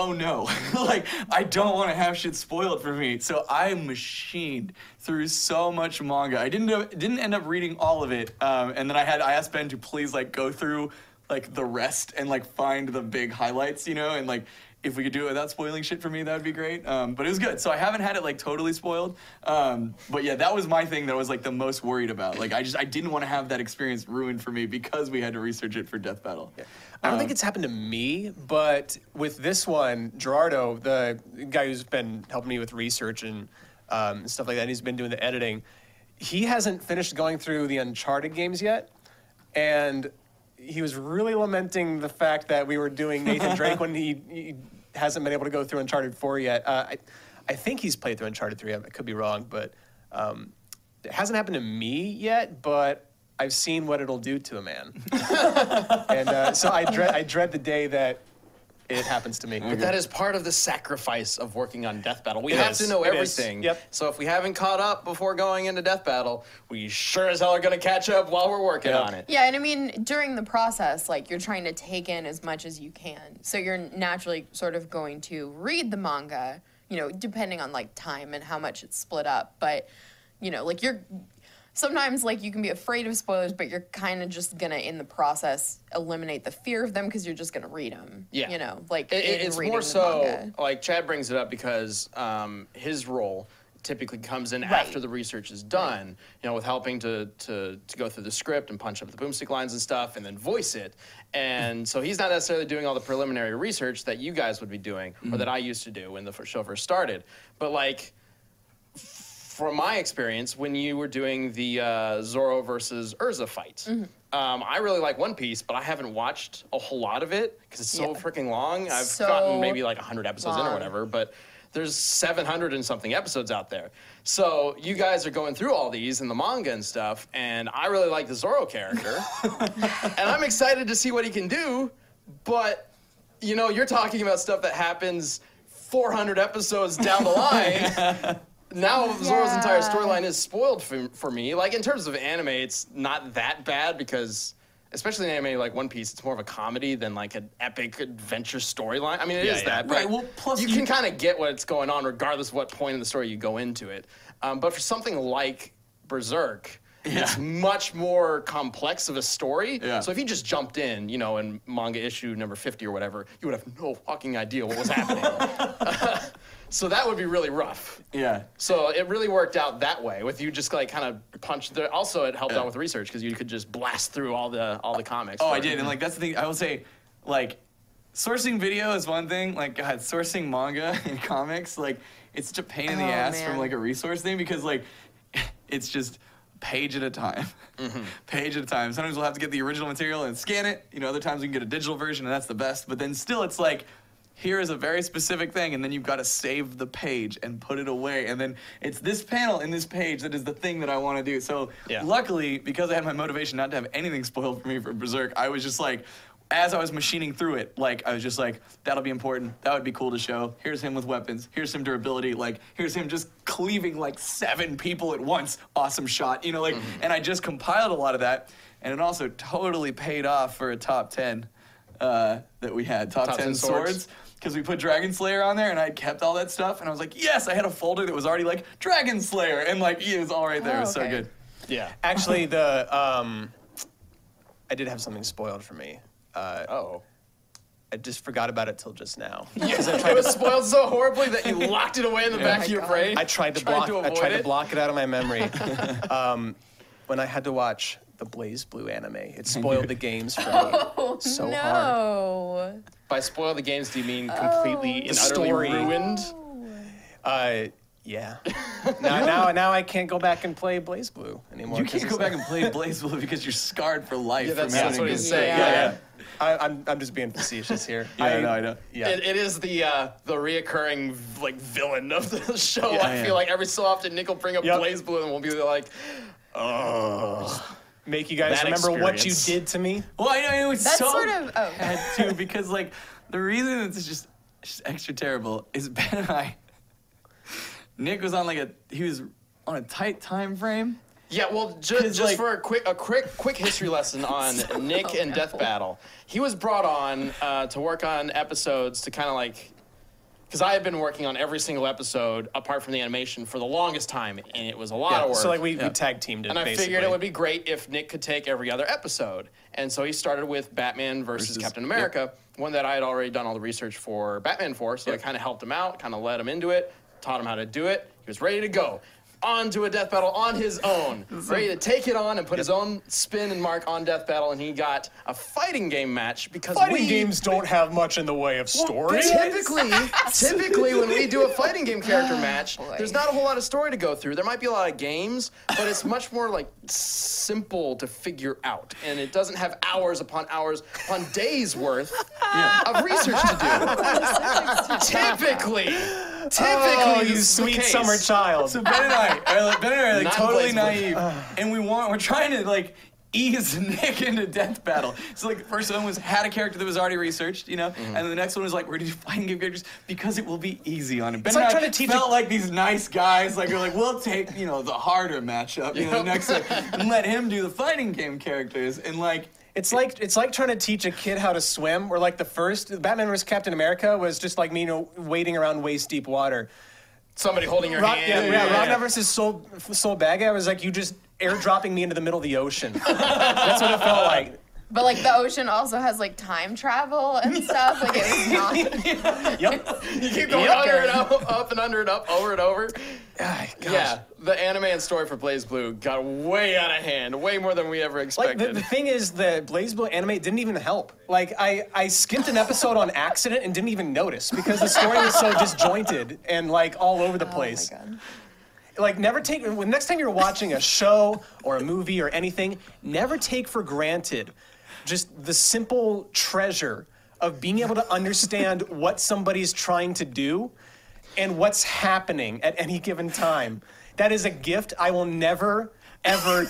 S2: Oh no, [laughs] like I don't want to have shit spoiled for me. So I machined through so much manga. I didn't didn't end up reading all of it. Um, and then I had I asked Ben to please like go through like the rest and like find the big highlights, you know, and like if we could do it without spoiling shit for me, that would be great. Um, but it was good. So I haven't had it like totally spoiled. Um, but yeah, that was my thing that I was like the most worried about. Like I just I didn't want to have that experience ruined for me because we had to research it for Death Battle.
S4: I don't think it's happened to me, but with this one, Gerardo, the guy who's been helping me with research and um, stuff like that, and he's been doing the editing, he hasn't finished going through the Uncharted games yet. And he was really lamenting the fact that we were doing Nathan Drake when he, he hasn't been able to go through Uncharted 4 yet. Uh, I, I think he's played through Uncharted 3. I could be wrong, but um, it hasn't happened to me yet, but I've seen what it'll do to
S1: [laughs]
S4: a man. And uh, so I dread, I dread the day that it happens to me.
S1: But that is part of the sacrifice of working on Death Battle. We
S4: It
S1: have
S4: is.
S1: to know
S4: It is.
S1: everything.
S4: Yep.
S1: So if we haven't caught up before going into Death Battle, we sure as hell are going to catch up while we're working
S4: Yep.
S1: on it.
S3: Yeah, and I mean, during the process, like you're trying to take in as much as you can. So you're naturally sort of going to read the manga, you know, depending on like time and how much it's split up. But, you know, like you're sometimes like you can be afraid of spoilers, but you're kind of just going to, in the process, eliminate the fear of them because you're just going to read them.
S1: Yeah.
S3: You know, like
S1: It- it-
S3: in
S1: it's
S3: reading
S1: more
S3: the
S1: so
S3: manga.
S1: like Chad brings it up because um, his role typically comes in
S3: Right.
S1: after the research is done, you know, with helping to, to to go through the script and punch up the boomstick lines and stuff, and then voice it. And so he's not necessarily doing all the preliminary research that you guys would be doing or that I used to do when the fir- show first started. But like from my experience, when you were doing the uh, Zoro versus Urza fight,
S3: Mm-hmm.
S1: um, I really like One Piece, but I haven't watched a whole lot of it because it's so
S3: Yeah.
S1: freaking long. I've
S3: So
S1: gotten maybe like 100 episodes in or
S3: long.
S1: whatever, but there's 700 and something episodes out there. So you guys are going through all these in the manga and stuff, and I really like the Zoro
S3: [laughs]
S1: character, and I'm excited to see what he can do, but you know, you're talking about stuff that happens 400 episodes down
S3: [laughs]
S1: the line now Zoro's entire
S3: Yeah.
S1: storyline is spoiled for, for me. Like in terms of anime, it's not that bad because especially in anime like One Piece, it's more of a comedy than like an epic adventure storyline. I mean, it is
S2: Yeah, yeah.
S1: that, but
S2: Right, well, plus
S1: you,
S2: you-
S1: can kind of get what's going on regardless of what point in the story you go into it. Um, but for something like Berserk. It's
S2: Yeah.
S1: much more complex of a story.
S2: Yeah.
S1: So if you just jumped in, you know, in manga issue number 50 or whatever, you would have no fucking idea what was
S2: [laughs]
S1: happening. [laughs] so that would be really rough.
S2: Yeah.
S1: So it really worked out that way with you just like kind of punch the. Also, it helped
S2: Yeah.
S1: out with research because you could just blast through all the all the comics.
S2: Oh, I
S1: for-
S2: did, and like that's the thing. I will say, like, sourcing video is one thing. Like, God, sourcing manga [laughs] and comics, like, it's such a pain in the
S3: Oh,
S2: ass
S3: man.
S2: from like a resource thing because like, [laughs] it's just page at a time, [laughs] page at a time. Sometimes we'll have to get the original material and scan it. You know, other times we can get a digital version, and that's the best. But then still, it's like. Here is a very specific thing, and then you've got to save the page and put it away. And then it's this panel in this page that is the thing that I want to do. So,
S1: Yeah.
S2: Luckily, because I had my motivation not to have anything spoiled for me for Berserk, I was just like, as I was machining through it, like I was just like, that'll be important. That would be cool to show. Here's him with weapons. Here's him durability. Like here's him just cleaving like seven people at once. Awesome shot. You know, like
S1: Mm-hmm.
S2: and I just compiled a lot of that, and it also totally paid off for a top ten uh, that we had. Top,
S1: Top
S2: 10,
S1: 10
S2: swords.
S1: swords.
S2: Because we put Dragon Slayer on there, and I kept all that stuff, and I was like, "Yes!" I had a folder that was already like Dragon Slayer, and like it was all right there.
S3: Oh,
S2: it was so
S3: okay.
S2: good.
S1: Yeah.
S4: Actually, the um, I did have something spoiled for me. Uh,
S1: Oh.
S4: I just forgot about it till
S1: [laughs]
S4: just now.
S1: it was spoiled so horribly that you locked it away in the back
S3: Oh my
S1: of your
S3: God.
S1: brain.
S4: I tried to
S1: Tried
S4: block.
S1: to
S4: I tried
S1: avoid
S4: to
S1: it?
S4: block it out of
S1: [laughs]
S4: my memory. um, when I had to watch the Blaze Blue anime,
S1: [laughs]
S4: it spoiled the games for
S1: Oh,
S4: me so hard.
S3: no.
S1: By spoil the games, do you mean completely
S3: Oh.
S1: and
S4: The
S1: utterly
S4: story.
S1: ruined?
S4: Uh,
S2: [laughs]
S4: yeah. now, now, now I can't go back and play Blaze Blue anymore.
S2: You
S4: 'cause
S2: can't
S4: it's
S2: go back and play Blazeville because you're scarred for life.
S1: Yeah, that's,
S2: from
S1: that's what
S2: having
S1: he's
S2: to-
S1: saying.
S3: Yeah.
S2: Yeah,
S4: I, I'm, I'm just being facetious here.
S2: [laughs] yeah. I know, I know.
S4: Yeah.
S1: It, it is the uh, the reoccurring like villain of the [laughs] show.
S2: Yeah,
S1: I
S2: yeah.
S1: feel like every so often Nick will bring up
S4: Yep.
S1: Blaze Blue and we'll be like,
S4: Make you guys
S1: That
S4: remember
S1: experience.
S4: what you did to me.
S2: Well, I know, I know it's
S3: That's
S2: so
S3: sort of- oh.
S2: bad too because like the reason it's just, just extra terrible is Ben and I. Nick was on like a he was on a tight time frame.
S1: Yeah, well, ju-
S2: 'Cause,
S1: just
S2: like-
S1: for a quick, a quick, quick history lesson on Nick and Death Battle. He was brought on uh, to work on episodes to kind of like, because I had been working on every single episode apart from the animation for the longest time, and it was a lot of work.
S4: So like we,
S2: Yeah.
S4: we tag teamed it.
S1: and I
S4: basically.
S1: figured it would be great if Nick could take every other episode, and so he started with Batman versus,
S2: Versus-
S1: Captain America, one that I had already done all the research for Batman for, so I kind of helped him out, kind of led him into it, taught him how to do it. He was ready to go. On to a death battle on his own, ready to take it on and put his own spin and mark on death battle, and he got a fighting game match because
S4: Fighting
S1: we,
S4: games don't have much in the way of story.
S1: Typically,
S4: [laughs]
S1: typically when we do a fighting game character
S4: Oh,
S1: match,
S3: boy.
S1: there's not a whole lot of story to go through. There might be a lot of games, but it's much more like simple to figure out, and it doesn't have hours upon hours upon days worth
S3: Ah!
S2: Yeah.
S1: of research to
S4: [laughs]
S1: do. typically, typically,
S4: Oh,
S1: this
S4: you
S1: is the
S4: sweet
S1: case.
S4: summer child.
S2: So Ben and I,
S4: [laughs]
S2: are, like, Ben and I are like
S1: Not
S2: totally
S1: Blaze
S2: naive,
S4: [sighs]
S2: and we want we're trying to like ease [laughs] Nick into death battle. So like the first one was had a character that was already researched, you know,
S4: Mm-hmm.
S2: and then the next one was like we're gonna do fighting game characters because it will be easy on him. Ben
S4: like
S2: and I
S4: trying to teach a-
S2: felt like these nice guys, like we're like we'll take you know the harder matchup, you know, the
S1: Yep.
S2: next
S4: [laughs]
S2: one, and let him do the fighting game characters, and like
S4: It's like it's like trying to teach a kid how to swim. Where like the first Batman vs Captain America was just like me, you know, wading around waist deep water.
S1: Somebody holding your
S4: Rock,
S1: hand.
S4: yeah, yeah,
S2: yeah,
S4: Ragnar
S2: yeah.
S4: versus Soul Soul Baga was like you just airdropping me into the middle of the ocean. That's what it felt like.
S3: But like the ocean also has like time travel and stuff. Like it
S1: [laughs]
S3: was not. Oh
S4: Yep.
S1: You keep going
S4: Yep.
S1: under and up, up and under and up, over and over.
S4: Ah, gosh.
S1: Yeah, the anime and story for Blaze Blue got way out of hand, way more than we ever
S4: Like
S1: expected.
S4: the, the thing is, the Blaze Blue anime didn't even help. Like I, I skipped an episode on accident and didn't even notice because the story was so disjointed and like all over the place.
S3: Oh my god.
S4: like never take when next time you're watching a show or a movie or anything never take for granted just the simple treasure of being able to understand what somebody's trying to do and what's happening at any given time that is a gift i will never ever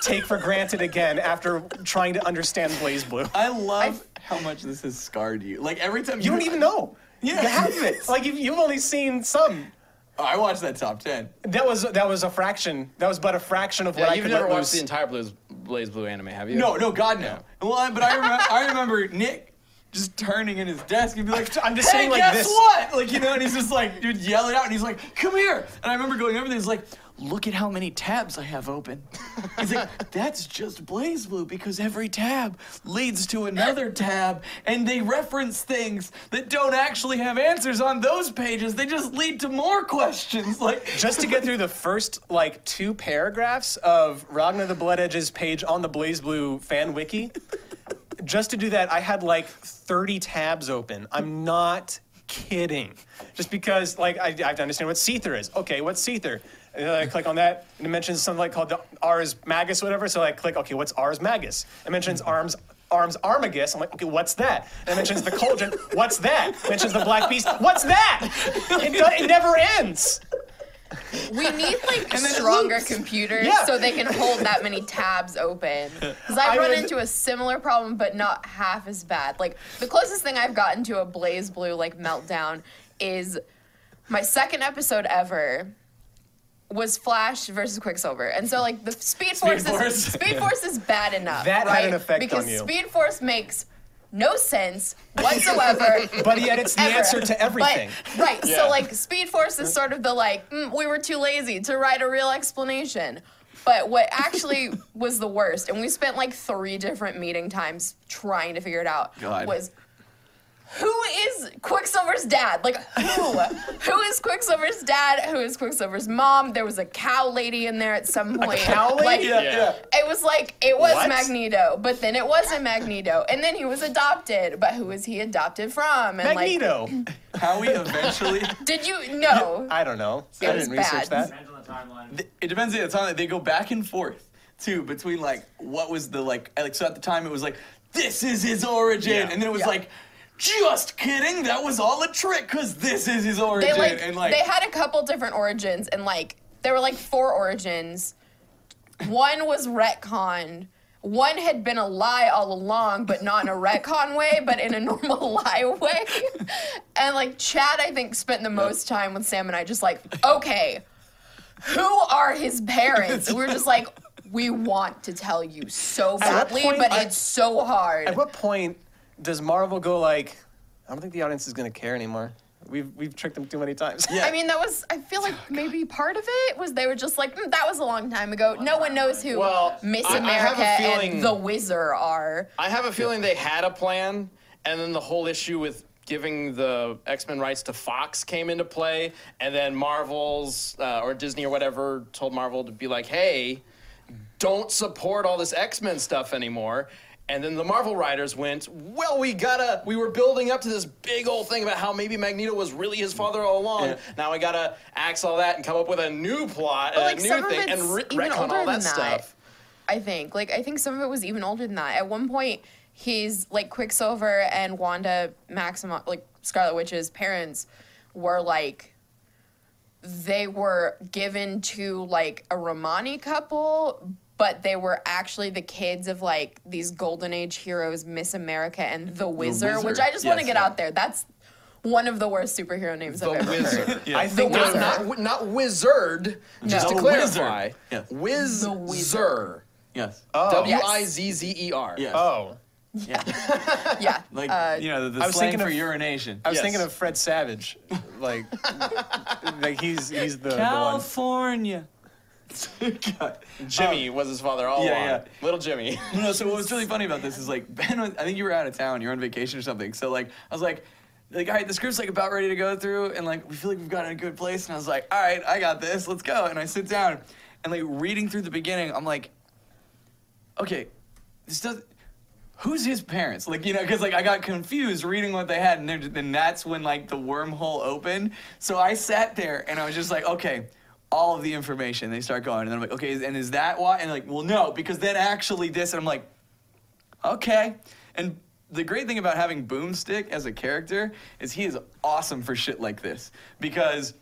S4: take for granted again after trying to understand blaze blue
S2: I love how much this has scarred you. Like every time
S4: you don't even know
S2: Yeah.
S4: you have it like you've, you've only seen some
S2: I watched that top ten.
S4: that was that was a fraction that was but a fraction of what
S1: Yeah,
S4: i
S1: you've
S4: could
S1: never
S4: let
S1: watched
S4: loose.
S1: the entire Blues, Blaze Blue anime, have you?
S2: No, no, God no. Well, I- but I remember, I remember Nick just turning in his desk and be like,
S4: I'm just
S2: "Hey,
S4: saying like
S2: guess
S4: this."
S2: what? Like you know, and he's just like, dude, yelling out, and he's like, "Come here!" And I remember going over there. He's like, "Look at how many tabs I have open." He's
S4: [laughs]
S2: like, "That's just Blaze Blue because every tab leads to another tab, and they reference things that don't actually have answers on those pages. They just lead to more questions." Like,
S4: just to get through the first like two paragraphs of Ragnar the Blood Edge's page on the Blaze Blue fan wiki. Just to do that, I had like 30 tabs open. I'm not kidding. Just because like I, I have to understand what Seether is. Okay, what's Seether? And then I click on that, and it mentions something like called the Ars Magus, whatever. So I click, okay, what's Ars Magus? It mentions arms. Arms Armagus. I'm like, okay, what's that? And it mentions the Cauldron. What's that? It mentions the Black Beast. What's that? It, do- it never ends.
S3: We need like
S2: then it
S3: stronger
S2: loops.
S3: computers
S4: Yeah.
S3: so they can hold that many tabs open. Because I've
S4: I
S3: run
S4: was-
S3: into a similar problem, but not half as bad. Like the closest thing I've gotten to a Blaze Blue like meltdown is my second episode ever was Flash versus Quicksilver, and so like the Speed Force
S2: Force.
S3: is Speed Force is bad enough.
S4: That had
S3: right?
S4: an effect
S3: because
S4: on you.
S3: Speed Force makes no sense whatsoever.
S4: [laughs] But yet it's the
S3: Ever.
S4: answer to everything.
S3: But, [laughs] right. So like Speed Force is sort of the like mm, we were too lazy to write a real explanation. But what
S4: [laughs]
S3: actually was the worst, and we spent like three different meeting times trying to figure it out,
S2: God.
S3: was who is Quicksilver's dad? Like who?
S4: [laughs]
S3: who is Quicksilver's dad? Who is Quicksilver's mom? There was a cow lady in there at some point.
S4: cow lady?
S3: Like,
S2: yeah,
S1: Yeah.
S2: yeah.
S3: it was like it was
S4: What?
S3: Magneto, but then it wasn't Magneto, and then he was adopted. But who was he adopted from? And like,
S4: Magneto.
S2: how we eventually.
S3: did you know?
S4: I don't know.
S3: It
S4: I
S3: was
S4: didn't
S3: bad.
S4: research that.
S5: Depends on the timeline.
S2: th- it depends. It's on. They go back and forth too between like what was the like like so at the time it was like this is his origin,
S4: Yeah.
S2: and then it was
S3: Yeah.
S2: like just kidding. That was all a trick because this is his origin,
S3: they like,
S2: and like
S3: they had a couple different origins, and like there were like four origins. One was retconned. One had been a lie all along, but not in a retcon way, but in a normal [laughs] lie way. And like Chad, I think spent the most time with Sam and I, just like, okay, who are his parents? And we were just like, we want to tell you so
S4: what
S3: badly,
S4: point
S3: but
S4: I-
S3: it's so hard.
S4: At what point does Marvel go like, I don't think the audience is gonna care anymore. We've we've tricked them too many times.
S2: Yeah.
S3: I mean, that was, I feel like maybe part of it was they were just like, "Mm, that was a long time ago. No one knows who
S1: Well,
S3: Miss
S1: I- I have
S3: America
S1: a feeling-
S3: and The Wizard are.
S1: I have a feeling they had a plan, and then the whole issue with giving the X Men rights to Fox came into play, and then Marvel's uh, or Disney or whatever told Marvel to be like, hey, don't support all this X Men stuff anymore. And then the Marvel writers went, well, we gotta, we were building up to this big old thing about how maybe Magneto was really his father all along.
S2: Yeah.
S1: Now we gotta axe all that and come up with a new plot and
S3: But like
S1: a new
S3: some
S1: thing
S3: of it's
S1: and re-
S3: even
S1: retcon
S3: older
S1: all
S3: than
S1: that stuff.
S3: I think. Like I think some of it was even older than that. At one point, he's like Quicksilver and Wanda Maximoff, like Scarlet Witch's parents, were like they were given to like a Romani couple, but they were actually the kids of like these golden age heroes, Miss America and the Wizard,
S2: Wizard.
S3: which I just want to
S2: Yes,
S3: get
S2: yeah.
S3: out there. That's one of the worst superhero names I've
S1: The
S3: ever heard.
S2: [laughs]
S1: Wizard.
S4: I think
S3: The
S1: No,
S3: Wizard.
S1: not, wi- not wizard. Just to
S2: The
S1: clarify,
S2: Wizard. Yeah.
S3: The
S1: wizzer.
S3: Wizard. Oh.
S2: yes,
S1: W i z z e r.
S2: yes,
S4: [laughs] Oh.
S3: Yeah.
S2: like
S3: uh,
S2: you know the, the
S4: I was
S2: slang
S4: thinking
S2: for
S4: of-
S2: urination.
S4: I was
S1: Yes.
S4: thinking of Fred Savage. Like [laughs] like he's he's the, the one.
S2: California. [laughs] God.
S1: Oh, Jimmy was his father all
S2: yeah,
S1: along.
S2: yeah.
S1: Little Jimmy.
S2: No, no, so what was really funny about this is like [laughs] Ben was, I think you were out of town, you were on vacation or something. So like I was like like all right, the script's like about ready to go through and like we feel like we've gotten a good place and I was like, all right, I got this, let's go. And I sit down and like reading through the beginning, I'm like, okay, this does who's his parents? Like, you know, because like I got confused reading what they had, and then then that's when like the wormhole opened. So I sat there and I was just like, okay. All of the information, they start going, and then I'm like, okay, is- and is that why? And like, well, no, because then actually this, and I'm like, okay. And the great thing about having Boomstick as a character is he is awesome for shit like this because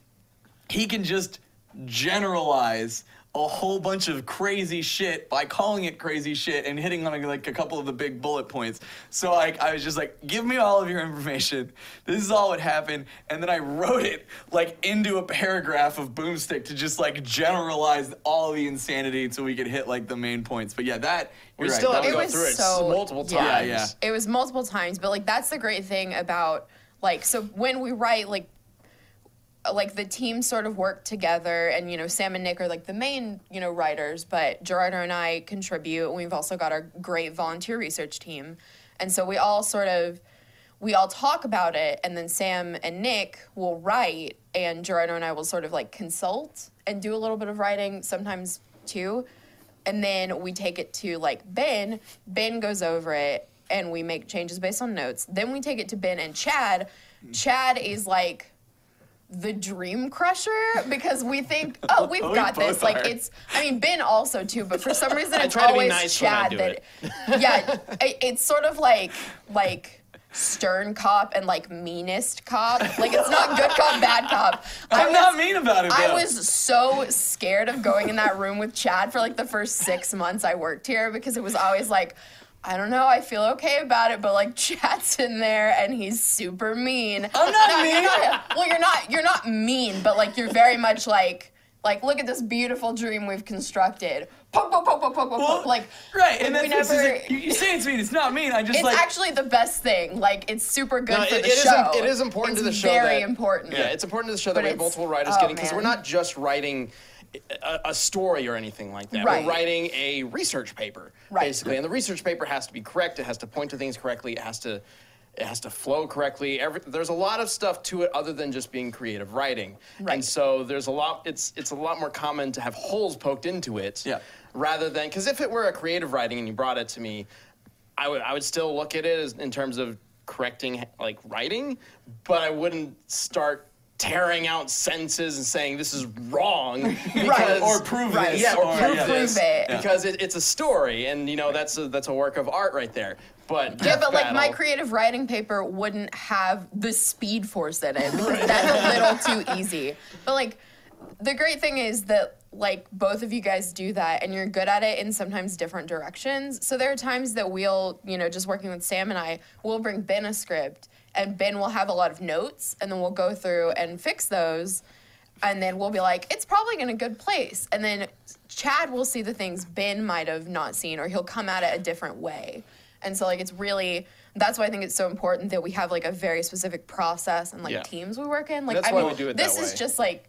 S2: he can just generalize a whole bunch of crazy shit by calling it crazy shit and hitting on like a couple of the big bullet points. So like I was just like, give me all of your information. This is all what happened, and then I wrote it like into a paragraph of Boomstick to just like generalize all the insanity so we could hit like the main points. But yeah, that
S1: We
S2: you're right,
S1: still have
S2: that
S1: to
S3: it
S1: go
S3: was
S1: through it
S3: so
S1: multiple
S3: yeah.
S1: times.
S2: Yeah,
S3: It was multiple times, but like that's the great thing about like so when we write like like the team sort of work together and you know Sam and Nick are like the main you know writers but Gerardo and I contribute and we've also got our great volunteer research team and so we all sort of we all talk about it and then Sam and Nick will write and Gerardo and I will sort of like consult and do a little bit of writing sometimes too and then we take it to like Ben. Ben goes over it and we make changes based on notes. Then we take it to Ben and Chad. Chad is like the dream crusher because
S1: [laughs]
S3: we think, oh, we've
S2: We
S3: got this.
S2: both
S3: Like
S2: are.
S3: it's, I mean, Ben also too, but
S1: [laughs]
S3: for some reason it's
S1: try to be
S3: always
S1: nice when I
S3: Chad
S1: do [laughs]
S3: that, yeah, it, it's sort of like like stern cop and like meanest cop. Like it's not good cop, bad cop. I
S2: I'm not
S3: was-
S2: mean about it. Though.
S3: I was so scared of going in that room with Chad for like the first six months I worked here because it was always like, I don't know, I feel okay about it, but like [laughs] Chad's in there and he's super mean.
S2: I'm not
S3: [laughs] You're
S2: mean.
S3: not- well, you're not you're not mean, but like you're very much like like look at this beautiful dream we've constructed. Poke, poke, poke, poke, poke, poke,
S2: Well,
S3: poke. Like
S2: right, and
S3: we
S2: then
S3: never.
S2: you, you say it's mean. It's not mean. I just
S3: it's
S2: like
S3: actually the best thing. Like it's super good
S1: No,
S3: for
S1: it-
S3: the
S1: it is
S3: show.
S1: im- it is important
S3: It's
S1: to the show
S3: Very
S1: that-
S3: important.
S1: Yeah, it's important to the show that
S3: But
S1: we have
S3: it's-
S1: multiple writers
S3: oh,
S1: getting because we're
S3: man.
S1: not just writing a, a story or anything like that.
S3: Right.
S1: We're writing a research paper,
S3: Right.
S1: basically, and the research paper has to be correct. It has to point to things correctly. It has to it has to flow correctly. Every, there's a lot of stuff to it other than just being creative writing.
S3: Right.
S1: And so there's a lot. It's it's a lot more common to have holes poked into it.
S2: Yeah.
S1: Rather than because if it were a creative writing and you brought it to me, I would I would still look at it as, in terms of correcting like writing, but I wouldn't start tearing out sentences and saying this is wrong because-
S2: or prove
S3: Right.
S2: this.
S1: yeah, or
S2: or,
S1: prove
S2: yeah.
S1: this
S3: Prove it.
S1: because it, it's a story and you know that's a, that's a work of art right there. But
S3: Yeah,
S1: Death
S3: but like my
S1: Battle-
S3: creative writing paper wouldn't have the speed force in it because that's a little too easy. But like the great thing is that like both of you guys do that and you're good at it in sometimes different directions. So there are times that we'll, you know, just working with Sam and I, we'll bring Ben a script and Ben will have a lot of notes and then we'll go through and fix those and then we'll be like, it's probably in a good place. And then Chad will see the things Ben might have not seen, or he'll come at it a different way. And so, like, it's really that's why I think it's so important that we have like a very specific process and like
S1: Yeah.
S3: teams we work in. Like,
S1: That's
S3: I
S1: why
S3: mean,
S1: we do it
S3: this
S1: that
S3: is
S1: way.
S3: just like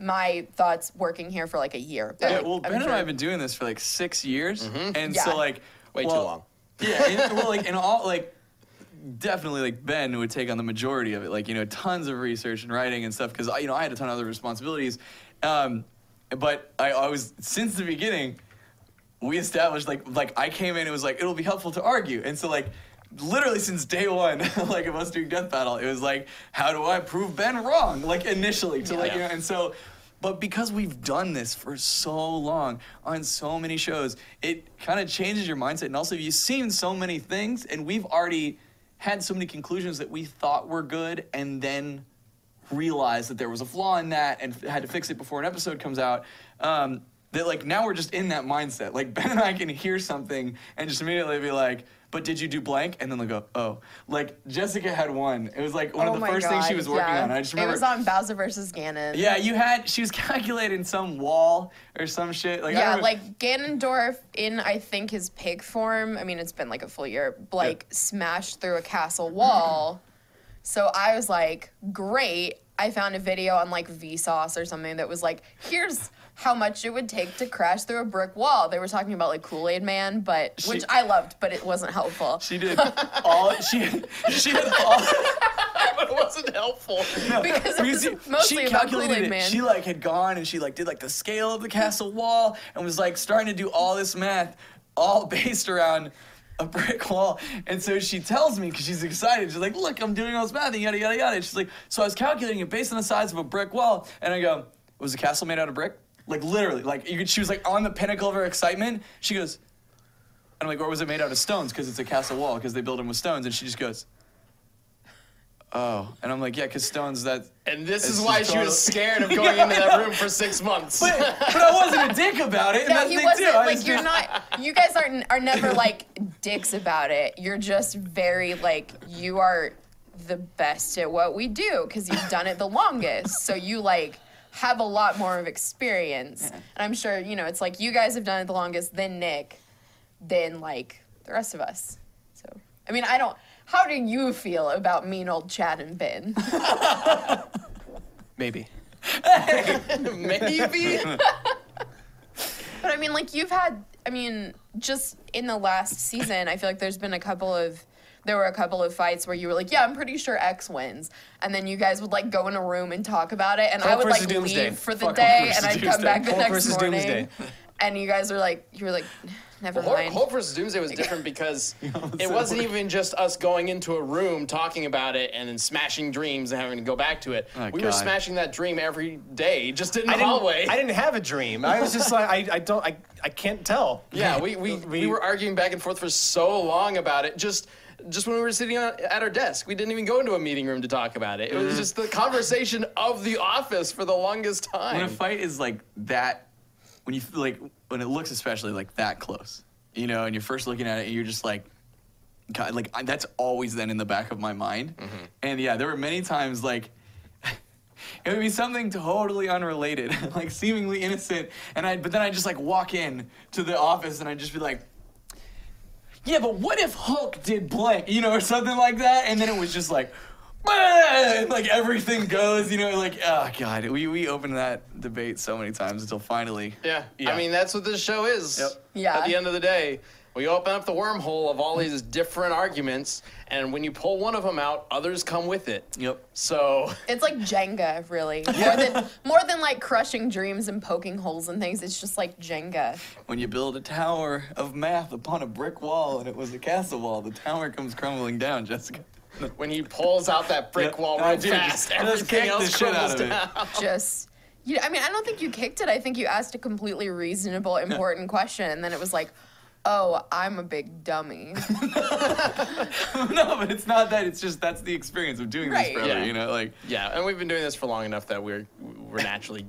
S3: my thoughts working here for like a year. But,
S2: Yeah,
S3: like,
S2: well,
S3: I'm
S2: Ben and
S3: sure-
S2: I have been doing this for like six years, and
S3: Yeah.
S2: so like
S1: way
S2: well-
S1: too long.
S2: [laughs] Yeah, and, well, like in all like definitely like Ben would take on the majority of it, like you know tons of research and writing and stuff because you know I had a ton of other responsibilities, um, but I always since the beginning we established like like I came in it was like it'll be helpful to argue and so like literally since day one [laughs] like of us doing death battle it was like how do I prove Ben wrong like initially to like you know and so but because we've done this for so long on so many shows it kind of changes your mindset and also you've seen so many things and we've already had so many conclusions that we thought were good and then realized that there was a flaw in that and f- had to fix it before an episode comes out. Um, that like now we're just in that mindset. Like [laughs] Ben and I can hear something and just immediately be like, "But did you do blank?" And then they go, "Oh." Like Jessica had one. It was like one
S3: Oh
S2: of the
S3: my
S2: first things she
S3: God,
S2: was working
S3: yeah.
S2: on. I just remember.
S3: it was on Bowser versus Ganon.
S2: yeah, you had. She was [laughs] calculating some wall or some shit. Like I
S3: Yeah,
S2: remember-
S3: like Ganondorf in I think his pig form. I mean, it's been like a full year. Like smashed through a castle wall. so I was like, great. I found a video on like Vsauce or something that was like, here's how much it would take to crash through a brick wall. They were talking about like Kool Aid Man, but which
S2: She-
S3: I loved, but it wasn't helpful.
S2: She did all she she did all
S1: but it [laughs] wasn't helpful.
S3: [laughs] because it was
S2: Because
S3: mostly about Kool Aid
S2: it.
S3: Man.
S2: She like had gone and she like did like the scale of the castle wall and was like starting to do all this math, all [laughs] based around a brick wall. And so she tells me because she's excited. She's like, "Look, I'm doing all this math and yada yada yada." And she's like, "So I was calculating it based on the size of a brick wall." And I go, "Was the castle made out of brick?" Like literally, like you could, she was like on the pinnacle of her excitement. She goes, and I'm like, or was it made out of stones? Because it's a castle wall, because they build them with stones. And she just goes, Oh, and I'm like, yeah, because Stone's that.
S1: And this
S2: It's
S1: is why
S2: just
S1: she was
S2: total-
S1: scared of going into that room for six months.
S2: But, but I wasn't a dick about it. And
S3: No,
S2: that's
S3: he
S2: the thing,
S3: wasn't.
S2: too. I
S3: Like
S2: just- [laughs]
S3: you're not. You guys aren't are never like dicks about it. You're just very like you are the best at what we do because you've done it the longest. So you like have a lot more of experience. And I'm sure you know it's like you guys have done it the longest, then Nick, then like the rest of us. So I mean, I don't. How do you feel about mean old Chad and Ben?
S4: Maybe.
S1: [laughs] Maybe.
S3: But I mean, like you've had, I mean, just in the last season, I feel like there's been a couple of, there were a couple of fights where you were like, yeah, I'm pretty sure X wins, and then you guys would like go in a room and talk about it, and I
S4: Hulk
S3: would like
S4: versus Doomsday.
S3: leave for the
S4: Fuck Hulk
S3: day,
S4: versus
S3: and I'd come
S4: Doomsday.
S3: back the
S4: Hulk
S3: next
S4: versus
S3: morning,
S4: Doomsday.
S3: and you guys were like, you were like, never
S1: Well, Hope,
S3: mind.
S1: Hope versus Doomsday was different
S2: [laughs]
S1: because it wasn't even just us going into a room talking about it and then smashing dreams and having to go back to it.
S2: Oh,
S1: we were
S2: God.
S1: smashing that dream every day, just in the
S4: I didn't,
S1: hallway.
S4: I didn't have a dream. I was just like, I, I don't, I, I can't tell. [laughs]
S1: yeah, we, we, we were arguing back and forth for so long about it. Just just when we were sitting on, at our desk, we didn't even go into a meeting room to talk about it. It
S2: Mm-hmm.
S1: was just the conversation of the office for the longest
S2: when a
S1: time.
S2: fight is like that, when you like when it looks especially like that close, you know, and you're first looking at it and you're just like, God, like I, that's always then in the back of my mind. And yeah, there were many times like. It would be something totally unrelated, [laughs] like seemingly innocent, and I. But then I just like walk in to the office and I'd just be like, "Yeah, but what if Hulk did blank, you know, or something like that?" And then it was just like, [laughs] and like everything goes, you know, like oh god, we we opened that debate so many times until finally.
S1: Yeah.
S4: Yeah.
S1: I mean, that's what this show is.
S2: Yep.
S3: Yeah.
S1: At the end of the day, we open up the wormhole of all these different arguments, and when you pull one of them out, others come with it.
S2: Yep.
S1: So, [laughs]
S3: It's like Jenga, really. More than more than like crushing dreams and poking holes in things. It's just like Jenga.
S2: When you build a tower of math upon a brick wall, and it was a castle wall, the tower comes crumbling down, Jessica.
S1: when he pulls out that brick
S2: Yep.
S1: wall
S2: No, [laughs] I
S1: real
S2: did.
S1: fast,
S2: Just
S1: everything
S2: kicked
S1: else
S2: the shit out
S1: crumbles
S2: of it.
S1: down.
S3: just you I mean, I don't think you kicked it. I think you asked a completely reasonable, important question, and then it was like, "Oh, I'm a
S1: [laughs]
S3: big dummy."
S2: [laughs] no, but it's not that. It's just that's the experience of doing
S3: Right.
S2: this forever.
S1: Yeah.
S2: You know, like
S1: Yeah, and we've been doing this for long enough that we're we're naturally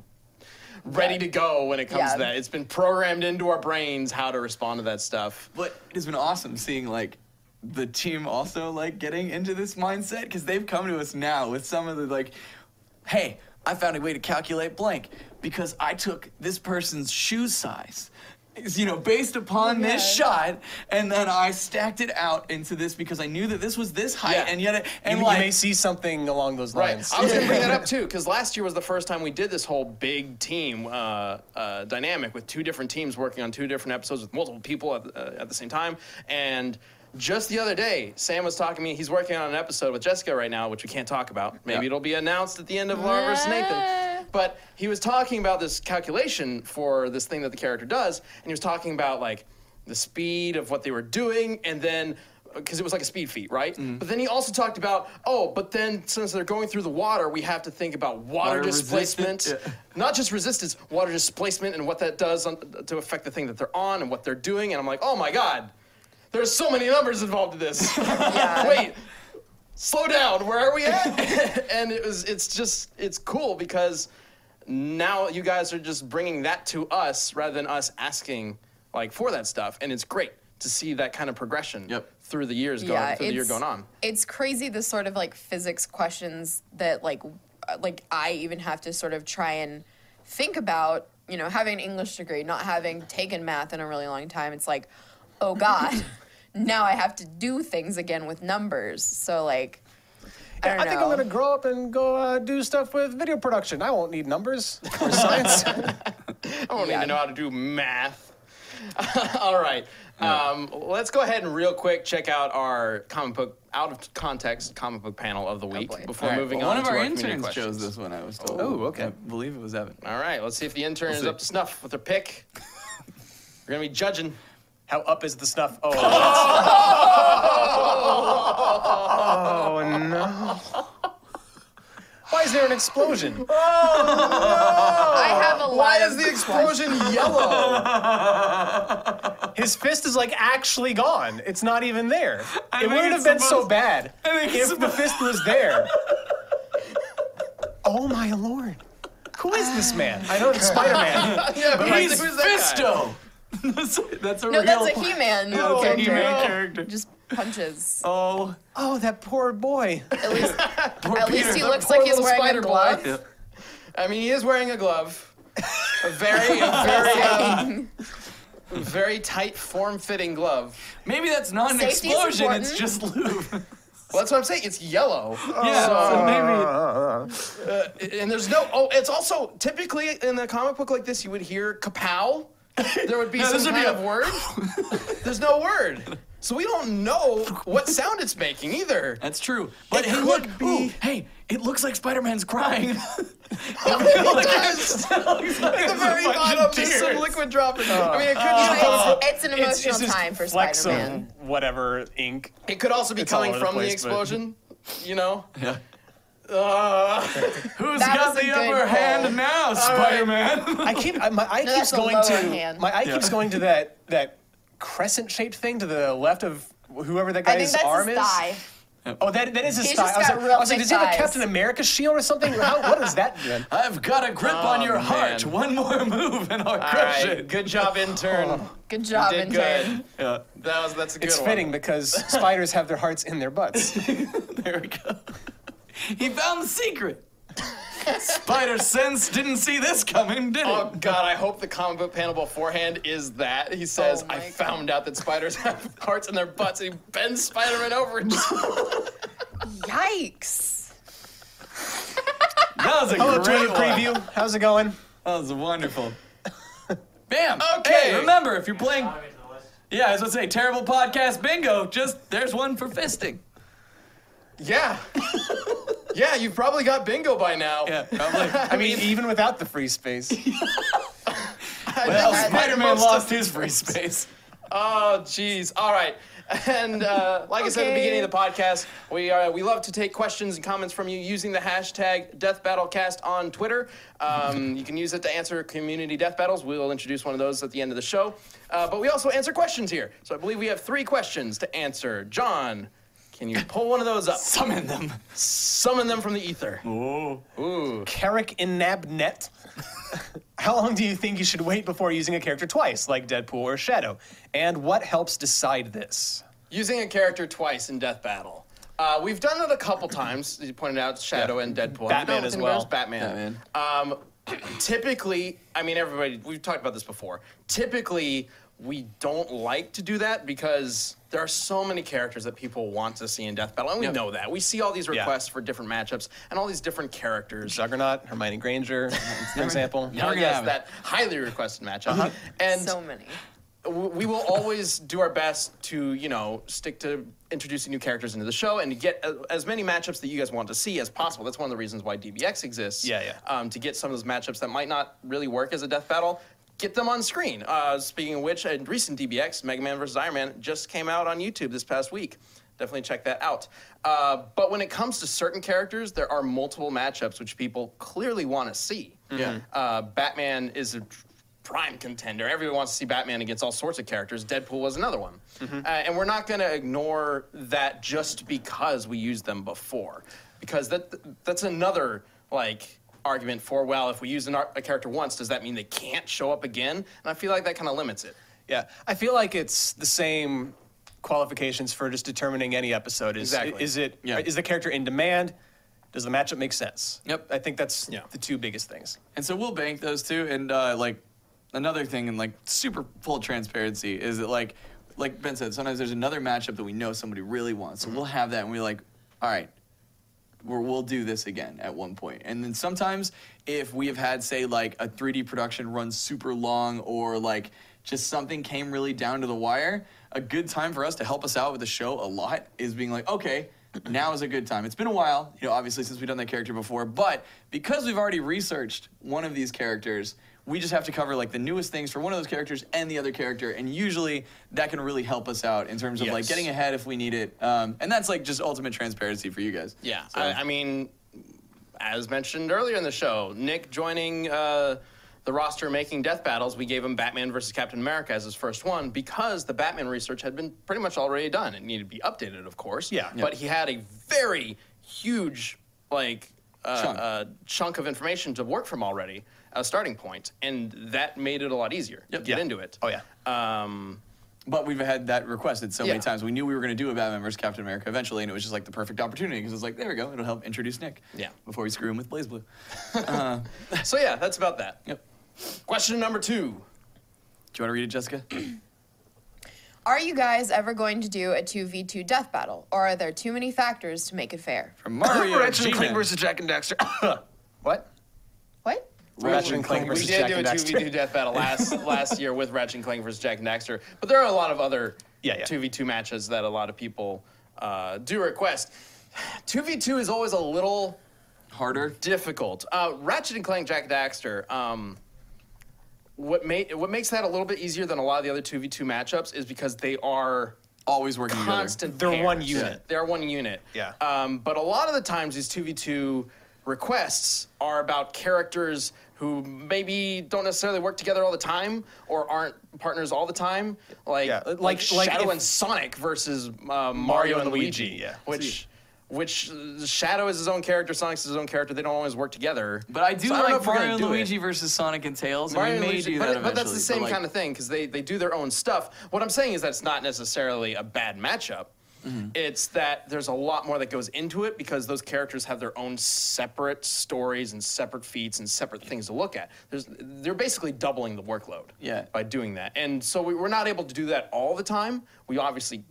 S1: ready to go when it comes
S3: Yeah.
S1: to that. It's been programmed into our brains how to respond to that stuff.
S2: But it's been awesome seeing like the team also like getting into this mindset because they've come to us now with some of the like, hey, I found a way to calculate blank because I took this person's shoe size. It's, You know, based upon this
S3: Yeah.
S2: shot, and then I stacked it out into this because I knew that this was this height,
S1: Yeah.
S2: and yet, it,
S4: You,
S2: and
S4: you
S2: like,
S4: may see something along those
S1: Right.
S4: lines.
S1: I was going to bring that
S4: [laughs]
S1: up too, because last year was the first time we did this whole big team uh, uh, dynamic with two different teams working on two different episodes with multiple people at, uh, at the same time. And just the other day, Sam was talking to me. He's working on an episode with Jessica right now, which we can't talk about. Maybe
S2: Yeah.
S1: it'll be announced at the end of Lauren versus Nathan. [laughs] But he was talking about this calculation for this thing that the character does, and he was talking about like the speed of what they were doing, and then because it was like a speed feat, right? But then he also talked about oh, but then since they're going through the water, we have to think about water,
S2: Water
S1: displacement,
S2: resistant- yeah.
S1: not just resistance, water displacement, and what that does on, uh, to affect the thing that they're on and what they're doing. And I'm like, oh my god, there's so many numbers involved in this.
S3: Yeah.
S1: Wait, slow down. Where are we
S2: [laughs]
S1: at? and it was, it's just, it's cool because now you guys are just bringing that to us rather than us asking like for that stuff, and it's great to see that kind of progression
S2: Yep.
S1: through the years going through the year going on.
S3: It's crazy the sort of like physics questions that like uh, like I even have to sort of try and think about, you know, having an English degree, not having taken math in a really long time. It's like,
S1: [laughs]
S3: "Oh god, now I have to do things again with numbers." So like I,
S4: I,
S3: don't
S4: think
S3: know.
S4: I'm gonna grow up and go uh, do stuff with video production. I won't need numbers
S1: [laughs]
S4: or science.
S1: I don't
S3: Yeah.
S1: even know how to do math. [laughs] All right. Um, let's go ahead and real quick check out our comic book out of context comic book panel of the week
S3: Oh, boy.
S1: before
S2: All right,
S1: moving
S2: well,
S1: on
S2: One of
S1: to
S2: our,
S1: community
S2: interns
S1: questions.
S2: chose this one. I was told.
S4: Oh, okay.
S2: I believe it was Evan.
S1: All right, let's see if the intern is
S2: see.
S1: up to snuff with her
S2: [laughs]
S1: pick. We're gonna be judging.
S4: How up is the snuff?
S2: [laughs]
S4: Oh, that's- oh no. Why is there an explosion?
S3: I
S4: Oh,
S3: have a lot
S1: Why
S3: of
S1: is the explosion yellow?
S4: [laughs] His fist is like actually gone. It's not even there.
S2: I
S4: it
S2: think
S4: wouldn't have
S2: it's
S4: been so
S2: supposed-
S4: bad
S2: I think it's
S4: if the fist was
S2: [laughs]
S4: there. oh my lord. Who is this man? I know it's Spider Man.
S1: yeah, but like,
S2: He's
S1: who's that guy?
S2: Fisto. [laughs] that's, that's a
S3: No,
S2: real.
S3: that's
S2: [laughs]
S3: a He-Man
S2: that's a
S3: character.
S2: He-Man character.
S3: Just punches.
S2: [laughs] Oh,
S4: Oh, that poor boy.
S3: At least,
S2: poor
S3: at
S2: Peter.
S3: least he
S2: the
S3: looks
S1: poor
S3: like he's
S1: little
S3: wearing a
S1: spider boy.
S3: glove.
S2: Yeah.
S1: I mean, he is wearing a glove. A
S2: [laughs]
S1: very, a very, uh, very tight, form-fitting glove.
S2: Maybe that's not an
S3: Safety's
S2: explosion. It's
S3: important.
S2: just lube.
S1: Well, that's what I'm saying. It's yellow.
S2: [laughs]
S1: Uh,
S2: yeah.
S4: Uh,
S2: so maybe.
S1: And there's no. Oh, it's also typically in the comic book like this, you would hear kapow. There
S2: [laughs]
S1: would be
S2: No,
S1: some
S2: this would be
S1: kind
S2: a-
S1: of word.
S2: [laughs]
S1: There's no word, so we don't know what sound it's making
S2: [laughs]
S1: either.
S2: That's true. But
S1: It
S2: hey,
S1: could
S2: look.
S1: be-
S2: ooh, hey, it looks like Spider-Man's [laughs] crying. Oh
S1: It does.
S2: Looks like
S1: At the
S2: there's a
S1: very
S2: bunch of
S1: bottom, just some
S2: tears. Uh,
S1: liquid dropping. I mean, it could
S3: You
S1: just come
S3: know, it's, it's an
S4: It's- it's
S3: emotional
S4: just
S3: time for
S4: flecks of
S3: Spider-Man.
S4: Whatever ink.
S1: It could also be
S4: It's all
S1: coming
S4: over the
S1: from the,
S4: place, but-
S1: explosion, you know?
S2: Yeah.
S1: Uh,
S2: Who's
S3: That
S2: got
S3: was a
S2: the
S3: good
S2: upper
S3: call.
S2: hand now, Spider-Man? [laughs]
S4: I keep I, my eye
S3: No,
S4: keeps
S3: that's a
S4: going
S3: lower
S4: to
S3: hand.
S4: my eye
S2: Yeah.
S4: keeps going to that that crescent shaped thing to the left of whoever that
S3: I
S4: guy's
S3: think that's
S4: arm
S3: his
S4: is.
S3: thigh.
S4: Oh, that, that is his
S3: He's
S4: thigh.
S3: just
S4: I was
S3: got
S4: like,
S3: real
S4: I was like,
S3: thick
S4: does he have a
S3: thighs.
S4: Captain America shield or something? How, what is that? Then?
S2: I've got a grip on your heart.
S1: man.
S2: One more [laughs] move and
S1: [laughs]
S2: I'll
S1: all
S2: crush
S1: right,
S2: it.
S1: good job, intern.
S3: Good job,
S1: Did
S3: intern.
S1: good.
S2: Yeah.
S1: That was that's a good
S4: It's
S1: one.
S4: fitting because spiders have their hearts in their butts.
S2: There we go. [laughs] he found the
S3: [laughs]
S2: secret. Spider Sense didn't see this coming, did it?
S1: Oh god, I hope the comic book panel beforehand is that. He says,
S3: Oh, my
S1: I found out that spiders [laughs] have hearts in their butts, and he bends Spider-Man over and just
S3: Yikes.
S2: that was Oh, a
S4: Hello,
S2: great
S4: Twitter
S2: one.
S4: preview. How's it going?
S2: That was wonderful. [laughs] Bam.
S1: Okay.
S2: Hey, remember if you're playing,
S5: Bottom into the list.
S2: yeah, I was gonna say terrible podcast bingo. Just there's one for fisting.
S1: [laughs] Yeah. [laughs] yeah, you've probably got bingo by now. [laughs]
S2: Yeah, probably.
S4: I mean, even without the free space.
S1: Oh,
S2: well,
S3: that's
S2: Spider-Man
S1: most
S2: lost his
S4: [laughs]
S2: free space.
S1: Oh, jeez. All right. [laughs] And uh, like I said at the
S3: Okay.
S1: beginning of the podcast, we uh, we love to take questions and comments from you using the hashtag DeathBattleCast on Twitter. Um, you can use it to answer community death battles. We will introduce one of those at the end of the show. Uh, but we also answer questions here. So I believe we have three questions to answer. John, can you pull one of those up?
S2: Summon them.
S1: Summon them from the ether.
S4: Carrick in Nabnet. [laughs] How long do you think you should wait before using a character twice, like Deadpool or Shadow? And what helps decide this?
S1: using a character twice in Death Battle. Uh, we've done it a couple times. You pointed out Shadow and Deadpool. We've done
S4: Batman
S1: it with
S4: as well.
S1: Inverse Batman. Um, typically, I mean, everybody. We've talked about this before. Typically, we don't like to do that because there are so many characters that people want to see in Death Battle, and we
S2: Yep.
S1: know that. We see all these requests for different matchups and all these different characters.
S4: Juggernaut, Hermione Granger, is an example.
S1: Oh,
S2: Never gonna
S1: yes,
S2: happen.
S1: that highly requested matchup. And
S3: so many.
S1: w- we will always do our best to you know stick to introducing new characters into the show and to get a- as many matchups that you guys want to see as possible that's one of the reasons why dbx exists
S4: Yeah, yeah.
S1: um, to get some of those matchups that might not really work as a death battle get them on screen uh, speaking of which a recent dbx mega man vs iron man just came out on youtube this past week definitely check that out uh, but when it comes to certain characters there are multiple matchups which people clearly want to see
S4: Mm-hmm.
S2: Yeah.
S1: uh, Batman is a tr- prime contender. Everyone wants to see Batman against all sorts of characters. Deadpool was another one. Uh, and we're not going to ignore that just because we used them before. Because that that's another like argument for well, if we use an ar- a character once, does that mean they can't show up again? And I feel like that kind of limits it.
S4: Yeah, I feel like it's the same qualifications for just determining any episode. Is
S1: Exactly.
S4: is it is
S2: Yeah.
S4: the character in demand? Does the matchup make sense?
S2: Yep.
S4: I think that's
S1: Yeah.
S4: the two biggest things.
S2: And so we'll bank those two. And uh, like another thing, and like super full transparency, is that like like Ben said, sometimes there's another matchup that we know somebody really wants. So we'll have that, and we're like, all right, we're, we'll do this again at one point. And then sometimes if we have had say like a 3D production run super long, or like just something came really down to the wire, a good time for us to help us out with the show a lot is being like, okay now is a good time. It's been a while, you know, obviously since we've done that character before, but because we've already researched one of these characters, we just have to cover like the newest things for one of those characters and the other character, and usually that can really help us out in terms of like
S1: Yes.
S2: getting ahead if we need it. Um, and that's like just ultimate transparency for you guys.
S1: Yeah,
S2: So-
S1: I, I mean, as mentioned earlier in the show, Nick joining uh, the roster making death battles, we gave him Batman versus Captain America as his first one because the Batman research had been pretty much already done. It needed to be updated, of course.
S4: Yeah.
S1: But he had a very huge, like, uh,
S2: Chunk.
S1: chunk. Uh, chunk of information to work from already, a starting point, and that made it a lot easier to get
S2: Yeah.
S1: into it.
S4: Oh yeah.
S1: Um,
S2: But we've had that requested so many
S1: Yeah.
S2: times. We knew we were going to do a Batman vs. Captain America eventually, and it was just like the perfect opportunity because it's like, there we go. It'll help introduce Nick.
S1: Yeah.
S2: Before we screw him with Blaze Blue.
S1: [laughs] so yeah, that's about that.
S2: Yep.
S1: Question number two.
S2: Do you want to read
S1: [clears throat]
S2: it, Jessica?
S3: Are you guys ever going to do a 2v2 death battle, or are there too many factors to make it fair?
S2: From Mario.
S6: Ratchet and Clank
S2: G-Man.
S6: versus Jack and Dexter.
S4: What?
S3: What?
S4: Ratchet and Clank
S1: We
S4: versus
S1: did
S4: Jack
S1: do a
S4: and
S1: two v
S4: Dexter.
S1: two death battle last
S4: [laughs]
S1: last year with Ratchet and Clank versus Jack and Daxter, but there are a lot of other
S4: Yeah, yeah.
S1: two v two matches that a lot of people uh, do request. Two v two is always a little
S2: Harder.
S1: difficult. Uh, Ratchet and Clank Jack Daxter. Um, what made what makes that a little bit easier than a lot of the other two v two matchups is because they are
S2: Always working
S1: constant.
S4: They're
S1: pairs.
S4: one unit.
S1: They're one unit.
S4: Yeah.
S1: Um, but a lot of the times, these two v two requests are about characters who maybe don't necessarily work together all the time or aren't partners all the time, like
S4: Yeah,
S1: like,
S4: like- like
S1: Shadow
S4: if-
S1: and Sonic versus uh, Mario,
S4: Mario
S1: and
S4: and
S1: Luigi.
S4: Luigi, yeah.
S1: Which. Which uh, Shadow is his own character, Sonic's his own character. They don't always work together.
S2: But I do
S1: So don't know
S2: like
S1: if we're
S2: Mario
S1: gonna
S2: and
S1: do it.
S2: Luigi versus Sonic and Tails,
S1: Mario
S2: and
S1: and
S2: we may
S1: Luigi- but,
S2: do that eventually.
S1: but that's the same
S2: like,
S1: kind of thing because they, they do their own stuff. What I'm saying is that it's not necessarily a bad matchup.
S2: Mm-hmm.
S1: It's that there's a lot more that goes into it because those characters have their own separate stories and separate feats and separate things to look at. There's, they're basically doubling the workload
S2: Yeah.
S1: by doing that. And so we, we're not able to do that all the time. We obviously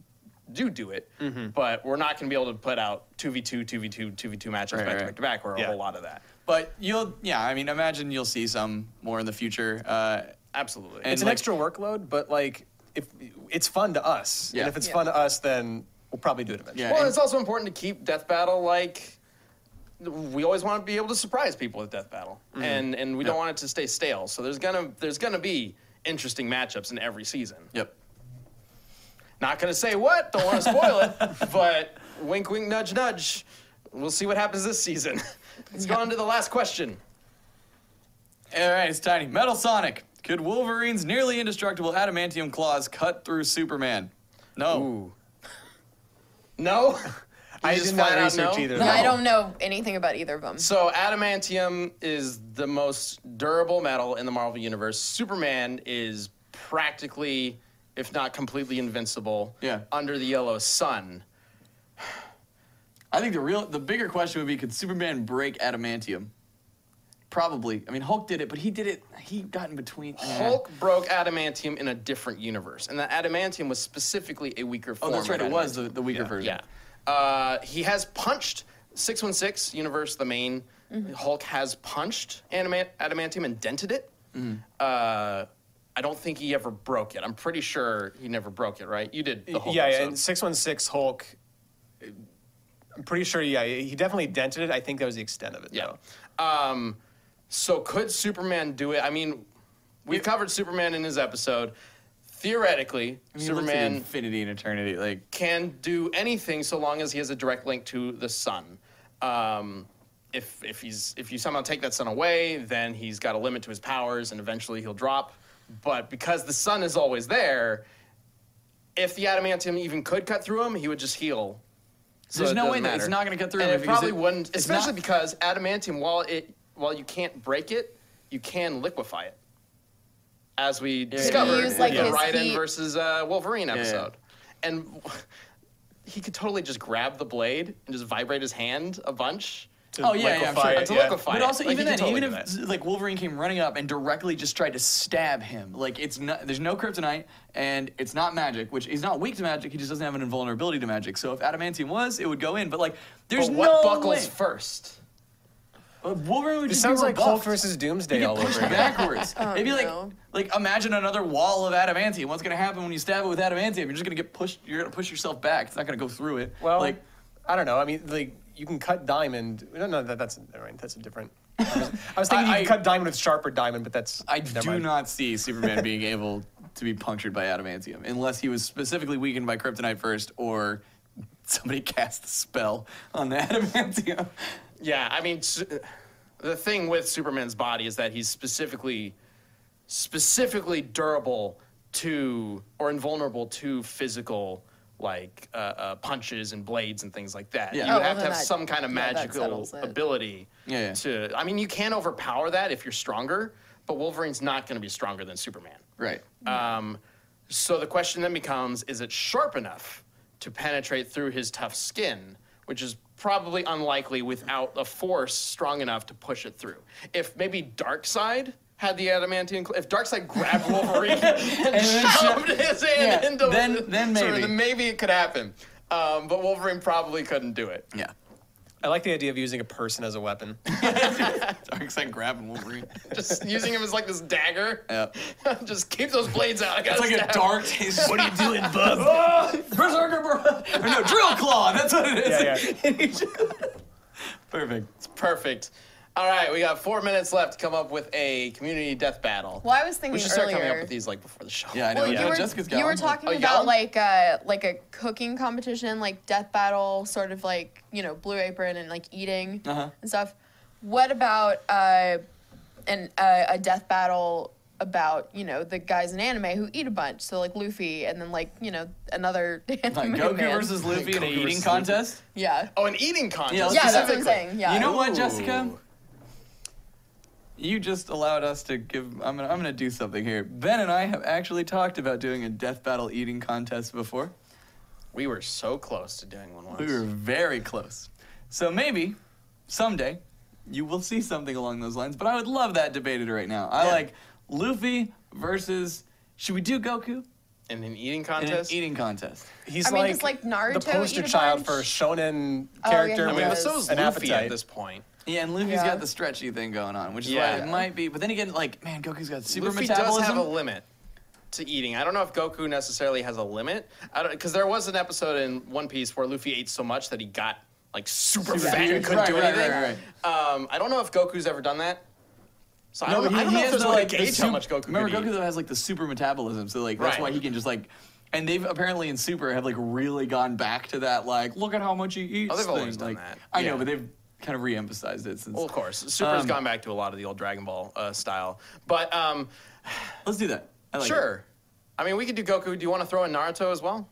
S1: do do it,
S2: Mm-hmm.
S1: but we're not going to be able to put out 2v2, 2v2, 2v2 matches
S2: Right,
S1: back
S2: right.
S1: to back to back or a
S4: Yeah.
S1: whole lot of that.
S2: But you'll, yeah, I mean, imagine you'll see some more in the future. Uh,
S1: Absolutely.
S2: And
S4: It's an
S2: like-
S4: extra workload, but like if it's fun to us,
S2: Yeah.
S4: and if it's
S3: Yeah.
S4: fun to us, then we'll probably do it eventually.
S2: yeah,
S1: Well,
S2: and-
S1: it's also important to keep Death Battle like we always want to be able to surprise people with Death Battle, and and we don't want it to stay stale. So there's gonna there's gonna be interesting matchups in every season.
S2: yep.
S1: Not gonna say what, don't want to spoil [laughs] it, but wink, wink, nudge, nudge. We'll see what happens this season. [laughs] Let's go on to the last question.
S2: All right, it's tiny. Metal Sonic. Could Wolverine's nearly indestructible adamantium claws cut through Superman? No.
S1: No, [laughs]
S4: I
S1: You just
S4: did not
S1: flat out
S4: research
S1: no?
S4: either.
S3: No, I don't know anything about either of them.
S1: So adamantium is the most durable metal in the Marvel universe. Superman is practically, if not completely, invincible.
S2: Yeah.
S1: Under the yellow sun.
S2: I think the real, the bigger question would be, could Superman break adamantium? Probably. I mean, Hulk did it, but he did it. He got in between. Yeah.
S1: Hulk broke adamantium in a different universe, and the adamantium was specifically a weaker
S2: Oh,
S1: form.
S2: that's right.
S1: of
S2: It was
S1: adamantium.
S2: the, the weaker version.
S1: Yeah. Uh, he has punched 616 universe, the main.
S2: Mm-hmm.
S1: Hulk has punched anima- adamantium and dented it.
S2: Mm-hmm.
S1: Uh, I don't think he ever broke it. I'm pretty sure he never broke it, right? You did the Hulk
S4: yeah,
S1: episode.
S4: and six one six Hulk. I'm pretty sure. Yeah, he definitely dented it. I think that was the extent of it.
S1: Yeah.
S4: though.
S1: Um, so could Superman do it? I mean, we've covered Superman in his episode. Theoretically,
S2: I mean, he looks at
S1: Superman
S2: infinity and eternity. Like,
S1: can do anything so long as he has a direct link to the sun. Um, if if he's if you somehow take that sun away, then he's got a limit to his powers, and eventually he'll drop. But because the sun is always there, if the adamantium even could cut through him, he would just heal. So
S2: There's
S1: it
S2: no
S1: doesn't
S2: way that it's
S1: matter.
S2: not gonna cut through
S1: And
S2: him
S1: it
S2: because
S1: probably
S2: it-
S1: wouldn't,
S2: it's
S1: especially
S2: not-
S1: because adamantium, while it while you can't break it, you can liquefy it, as we discovered
S3: use,
S1: in
S3: like,
S1: the
S3: his
S1: Raiden
S3: heat-
S1: versus uh, Wolverine
S2: yeah.
S1: episode, and [laughs] he could totally just grab the blade and just vibrate his hand a bunch.
S4: To
S2: Oh, yeah, yeah, I'm
S4: liquefy
S2: sure.
S4: it,
S1: To
S4: yeah.
S1: liquefy
S2: But
S1: it.
S2: also,
S1: Like,
S2: even
S1: he
S2: then,
S1: could totally
S2: even
S1: do
S2: if
S1: that.
S2: like Wolverine came running up and directly just tried to stab him, like it's not there's no kryptonite and it's not magic, which he's not weak to magic. He just doesn't have an invulnerability to magic. So if adamantium was, it would go in. But like, there's
S1: but what
S2: no
S1: buckles
S2: way.
S1: first?
S2: Uh, Wolverine would
S4: It
S2: just
S4: sounds
S2: be
S4: like Hulk
S2: rebuffed.
S4: versus Doomsday
S2: He'd
S4: all
S2: push
S4: over. again. [laughs]
S2: backwards.
S3: Oh,
S2: Maybe like
S3: no.
S2: like imagine another wall of adamantium. What's gonna happen when you stab it with adamantium? You're just gonna get pushed. You're gonna push yourself back. It's not gonna go through it.
S4: Well,
S2: like
S4: I don't know. I mean, like you can cut diamond. No, no, that, that's never mind. That's a different. I was, I was
S2: I-
S4: thinking you
S2: I-
S4: can cut diamond with sharper diamond, but that's
S2: I
S4: never
S2: do
S4: mind.
S2: not see Superman being able to be punctured by adamantium unless he was specifically weakened by [laughs] kryptonite first or somebody cast a spell on the [laughs] adamantium.
S1: Yeah, I mean, s- the thing with Superman's body is that he's specifically, specifically durable to or invulnerable to physical like uh, uh, punches and blades and things like that.
S2: Yeah.
S1: You
S2: Oh,
S3: well,
S1: have to
S3: then
S1: have
S3: that-
S1: some kind of
S3: yeah, that
S1: magical
S3: settles it.
S1: ability
S2: Yeah, yeah.
S1: to. I mean, you can overpower that if you're stronger, but Wolverine's not going to be stronger than Superman.
S2: Right. Uh,
S1: Um, so the question then becomes is it sharp enough to penetrate through his tough skin, which is probably unlikely without a force strong enough to push it through? If maybe Darkseid had the adamantine, cl- if Darkseid
S2: [laughs]
S1: grabbed Wolverine and,
S2: then
S1: shoved his hand
S2: yeah,
S1: into
S2: then- then
S1: sort of
S2: maybe.
S1: the- maybe it could happen. Um, but Wolverine probably couldn't do it.
S2: Yeah.
S4: I like the idea of using a person as
S2: [laughs]
S4: a weapon.
S2: Darkseid grabbing Wolverine.
S1: Just using him as like this dagger. [laughs]
S2: Yep.
S1: Just keep those blades out. I got
S2: It's like a dark. what are you [laughs] doing, bub?
S4: Berserker, bro.
S2: or no, drill claw. That's what it
S4: Yeah,
S2: is.
S4: yeah.
S2: Perfect.
S1: Perfect. All right, we got four minutes left to come up with a community death battle.
S3: Well, I was thinking
S1: we should start coming up
S3: earlier-
S1: with these like before the show.
S2: Yeah, I know.
S3: Well,
S2: yeah.
S3: you were,
S2: Jessica's got
S3: you were
S2: one.
S3: talking
S1: Oh, you got one?
S3: about like a like a cooking competition, like death battle, sort of like you know Blue Apron and like eating
S2: Uh-huh.
S3: and stuff. What about uh, an uh, a death battle about you know the guys in anime who eat a bunch? So like Luffy and then like you know another [laughs]
S2: Like
S3: anime
S2: Goku
S3: man.
S2: versus Luffy in
S1: Goku versus
S2: an eating
S1: Luffy.
S2: contest.
S3: yeah.
S1: Oh, an eating contest.
S2: Yeah, let's
S3: Yeah,
S2: do
S3: that's what
S2: specifically.
S3: I'm saying. Yeah.
S2: You know what,
S1: Ooh.
S2: Jessica? You just allowed us to give. I'm gonna, I'm gonna do something here. Ben and I have actually talked about doing a death battle eating contest before.
S1: We were so close to doing one once.
S2: We were very close. So maybe someday you will see something along those lines. But I would love that debated right now. I
S1: Yeah.
S2: like Luffy versus. Should we do Goku
S1: in an eating
S2: in an
S1: contest.
S2: eating contest?
S4: He's
S3: I mean,
S4: like,
S3: 'cause, like, Naruto
S4: the poster
S3: eat a
S4: child for
S3: bunch.
S4: shonen
S3: Oh, yeah,
S4: character.
S3: he
S1: I mean, but
S3: does.
S4: with
S1: so is
S4: an
S1: Luffy at
S4: appetite.
S1: this point.
S2: Yeah, and Luffy's
S3: Yeah.
S2: got the stretchy thing going on, which is why
S1: Yeah.
S2: it might be. But then again, like man, Goku's got super
S1: Luffy
S2: metabolism.
S1: does have a limit to eating. I don't know if Goku necessarily has a limit. I don't because there was an episode in One Piece where Luffy ate so much that he got like super,
S2: Super
S1: fat
S2: huge.
S1: and couldn't
S2: Right,
S1: do
S2: right,
S1: anything.
S2: right,
S1: Um, I don't know if Goku's ever done that. So I
S2: No,
S1: don't,
S2: he,
S1: I don't
S2: he
S1: know if
S2: has
S1: there's
S2: the,
S1: a way
S2: like
S1: to
S2: the
S1: gauge how
S2: sup-
S1: much Goku. could
S2: Remember,
S1: eat.
S2: Goku though has like the super metabolism, so like that's
S1: Right.
S2: why he can just like. And they've apparently in Super have like really gone back to that like look at how much he eats.
S1: Oh, they've
S2: thing.
S1: always done
S2: like,
S1: that.
S2: I
S1: Yeah.
S2: know, but they've kind of re-emphasized it since.
S1: Well, of course, Super's
S2: Um,
S1: gone back to a lot of the old Dragon Ball uh, style, but um,
S2: Let's do that. I like
S1: sure. I mean, we could do Goku. Do you want to throw in Naruto as well?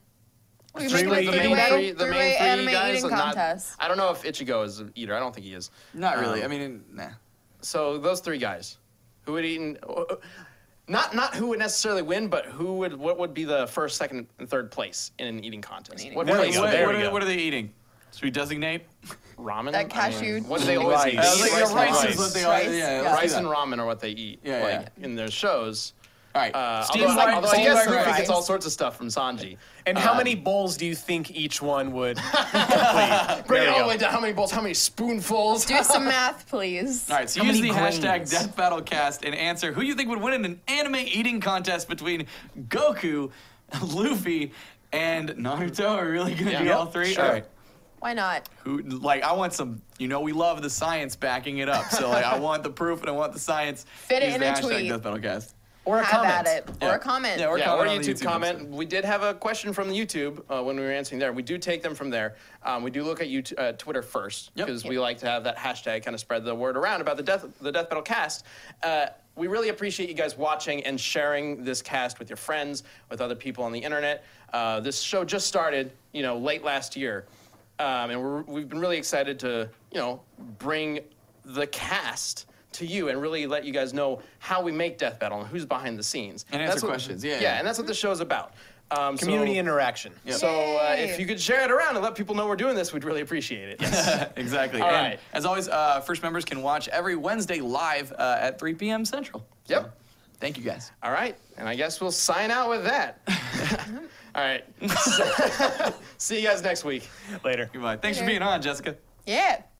S3: We could
S4: Three
S3: make
S4: way-
S3: a
S4: The main
S3: three-way-
S1: three- the main
S3: three-way
S1: three
S3: anime
S1: guys,
S3: eating
S1: not-
S3: contest.
S1: I don't know if Ichigo is either. I don't think he is.
S2: It. Not really.
S1: Um,
S2: I mean, nah.
S1: So those three guys, who would eaten, uh, not not who would necessarily win, but who would what would be the first, second, and third place in an eating contest?
S3: An eating
S1: What
S4: There
S1: place?
S4: you go,
S2: what,
S1: would-
S4: there
S2: what
S4: we
S2: are,
S4: go.
S2: what are they eating? Should we designate?
S1: Ramen.
S3: That cashew
S1: what do they always eat?
S4: rice.
S2: Uh, like,
S4: rice
S2: the
S4: and
S2: rice,
S4: rice.
S2: is what they
S3: Rice,
S2: are. Yeah,
S3: yeah.
S2: let's do
S1: rice
S2: that.
S1: and ramen are what they eat.
S2: Yeah,
S1: like,
S2: yeah.
S1: In their shows.
S2: All right.
S1: Uh,
S2: steamed
S1: although,
S2: rice-
S1: although I
S2: steamed
S1: guess
S2: rice
S1: Luffy
S2: rice.
S1: gets all sorts of stuff from Sanji.
S4: And how
S1: Um,
S4: many bowls do you think each one
S1: [laughs]
S4: would complete?
S1: Bring
S4: There
S1: it all the
S4: we go.
S1: way down. How many bowls? How many spoonfuls?
S2: [laughs]
S3: Do some math, please.
S2: All right, so
S4: How
S2: use the
S4: many
S2: hashtag
S4: grains?
S2: DeathBattleCast and answer who you think would win in an anime eating contest between Goku, Luffy, and Naruto. Are we really gonna
S1: Yeah.
S2: do
S1: Yep,
S2: all three?
S1: sure.
S2: All right.
S3: Why not?
S2: Who like I want some? You know we love the science backing it up, so like I want the proof and I want the science.
S3: Fit it
S2: Use
S3: in
S2: the
S3: a
S2: hashtag
S3: tweet.
S2: DeathBattlecast. [laughs]
S4: Or a
S3: Have
S4: comment.
S3: at it. Or
S2: Yeah.
S3: a comment.
S2: Yeah, or
S1: yeah, or
S2: comment on the
S1: YouTube,
S2: YouTube
S1: comment.
S2: episode.
S1: We did have a question from the YouTube uh, when we were answering there. We do take them from there. Um, we do look at YouTube, uh, Twitter first
S2: Yep.
S1: because we like to have that hashtag kind of spread the word around about the death the death battle cast. Uh, we really appreciate you guys watching and sharing this cast with your friends, with other people on the internet. Uh, this show just started, you know, late last year, um, and we're, we've been really excited to, you know, bring the cast to you and really let you guys know how we make Death Battle and who's behind the scenes.
S2: And answer
S1: That's what-
S2: questions, yeah,
S1: yeah,
S2: yeah.
S1: and that's what the show's about. Um,
S4: Community
S1: so,
S4: interaction.
S1: So uh,
S3: Yay.
S1: if you could share it around and let people know we're doing this, we'd really appreciate it.
S2: exactly.
S1: All
S2: and
S1: right.
S2: As always, uh, first members can watch every Wednesday live uh, at 3 p.m. Central.
S1: [laughs] Yep.
S2: Thank you guys.
S1: All right, and I guess we'll sign out with that. [laughs] All right. [laughs] See you guys next week.
S4: Later.
S2: Goodbye. Thanks for
S3: Later.
S2: being on, Jessica.
S3: Yeah.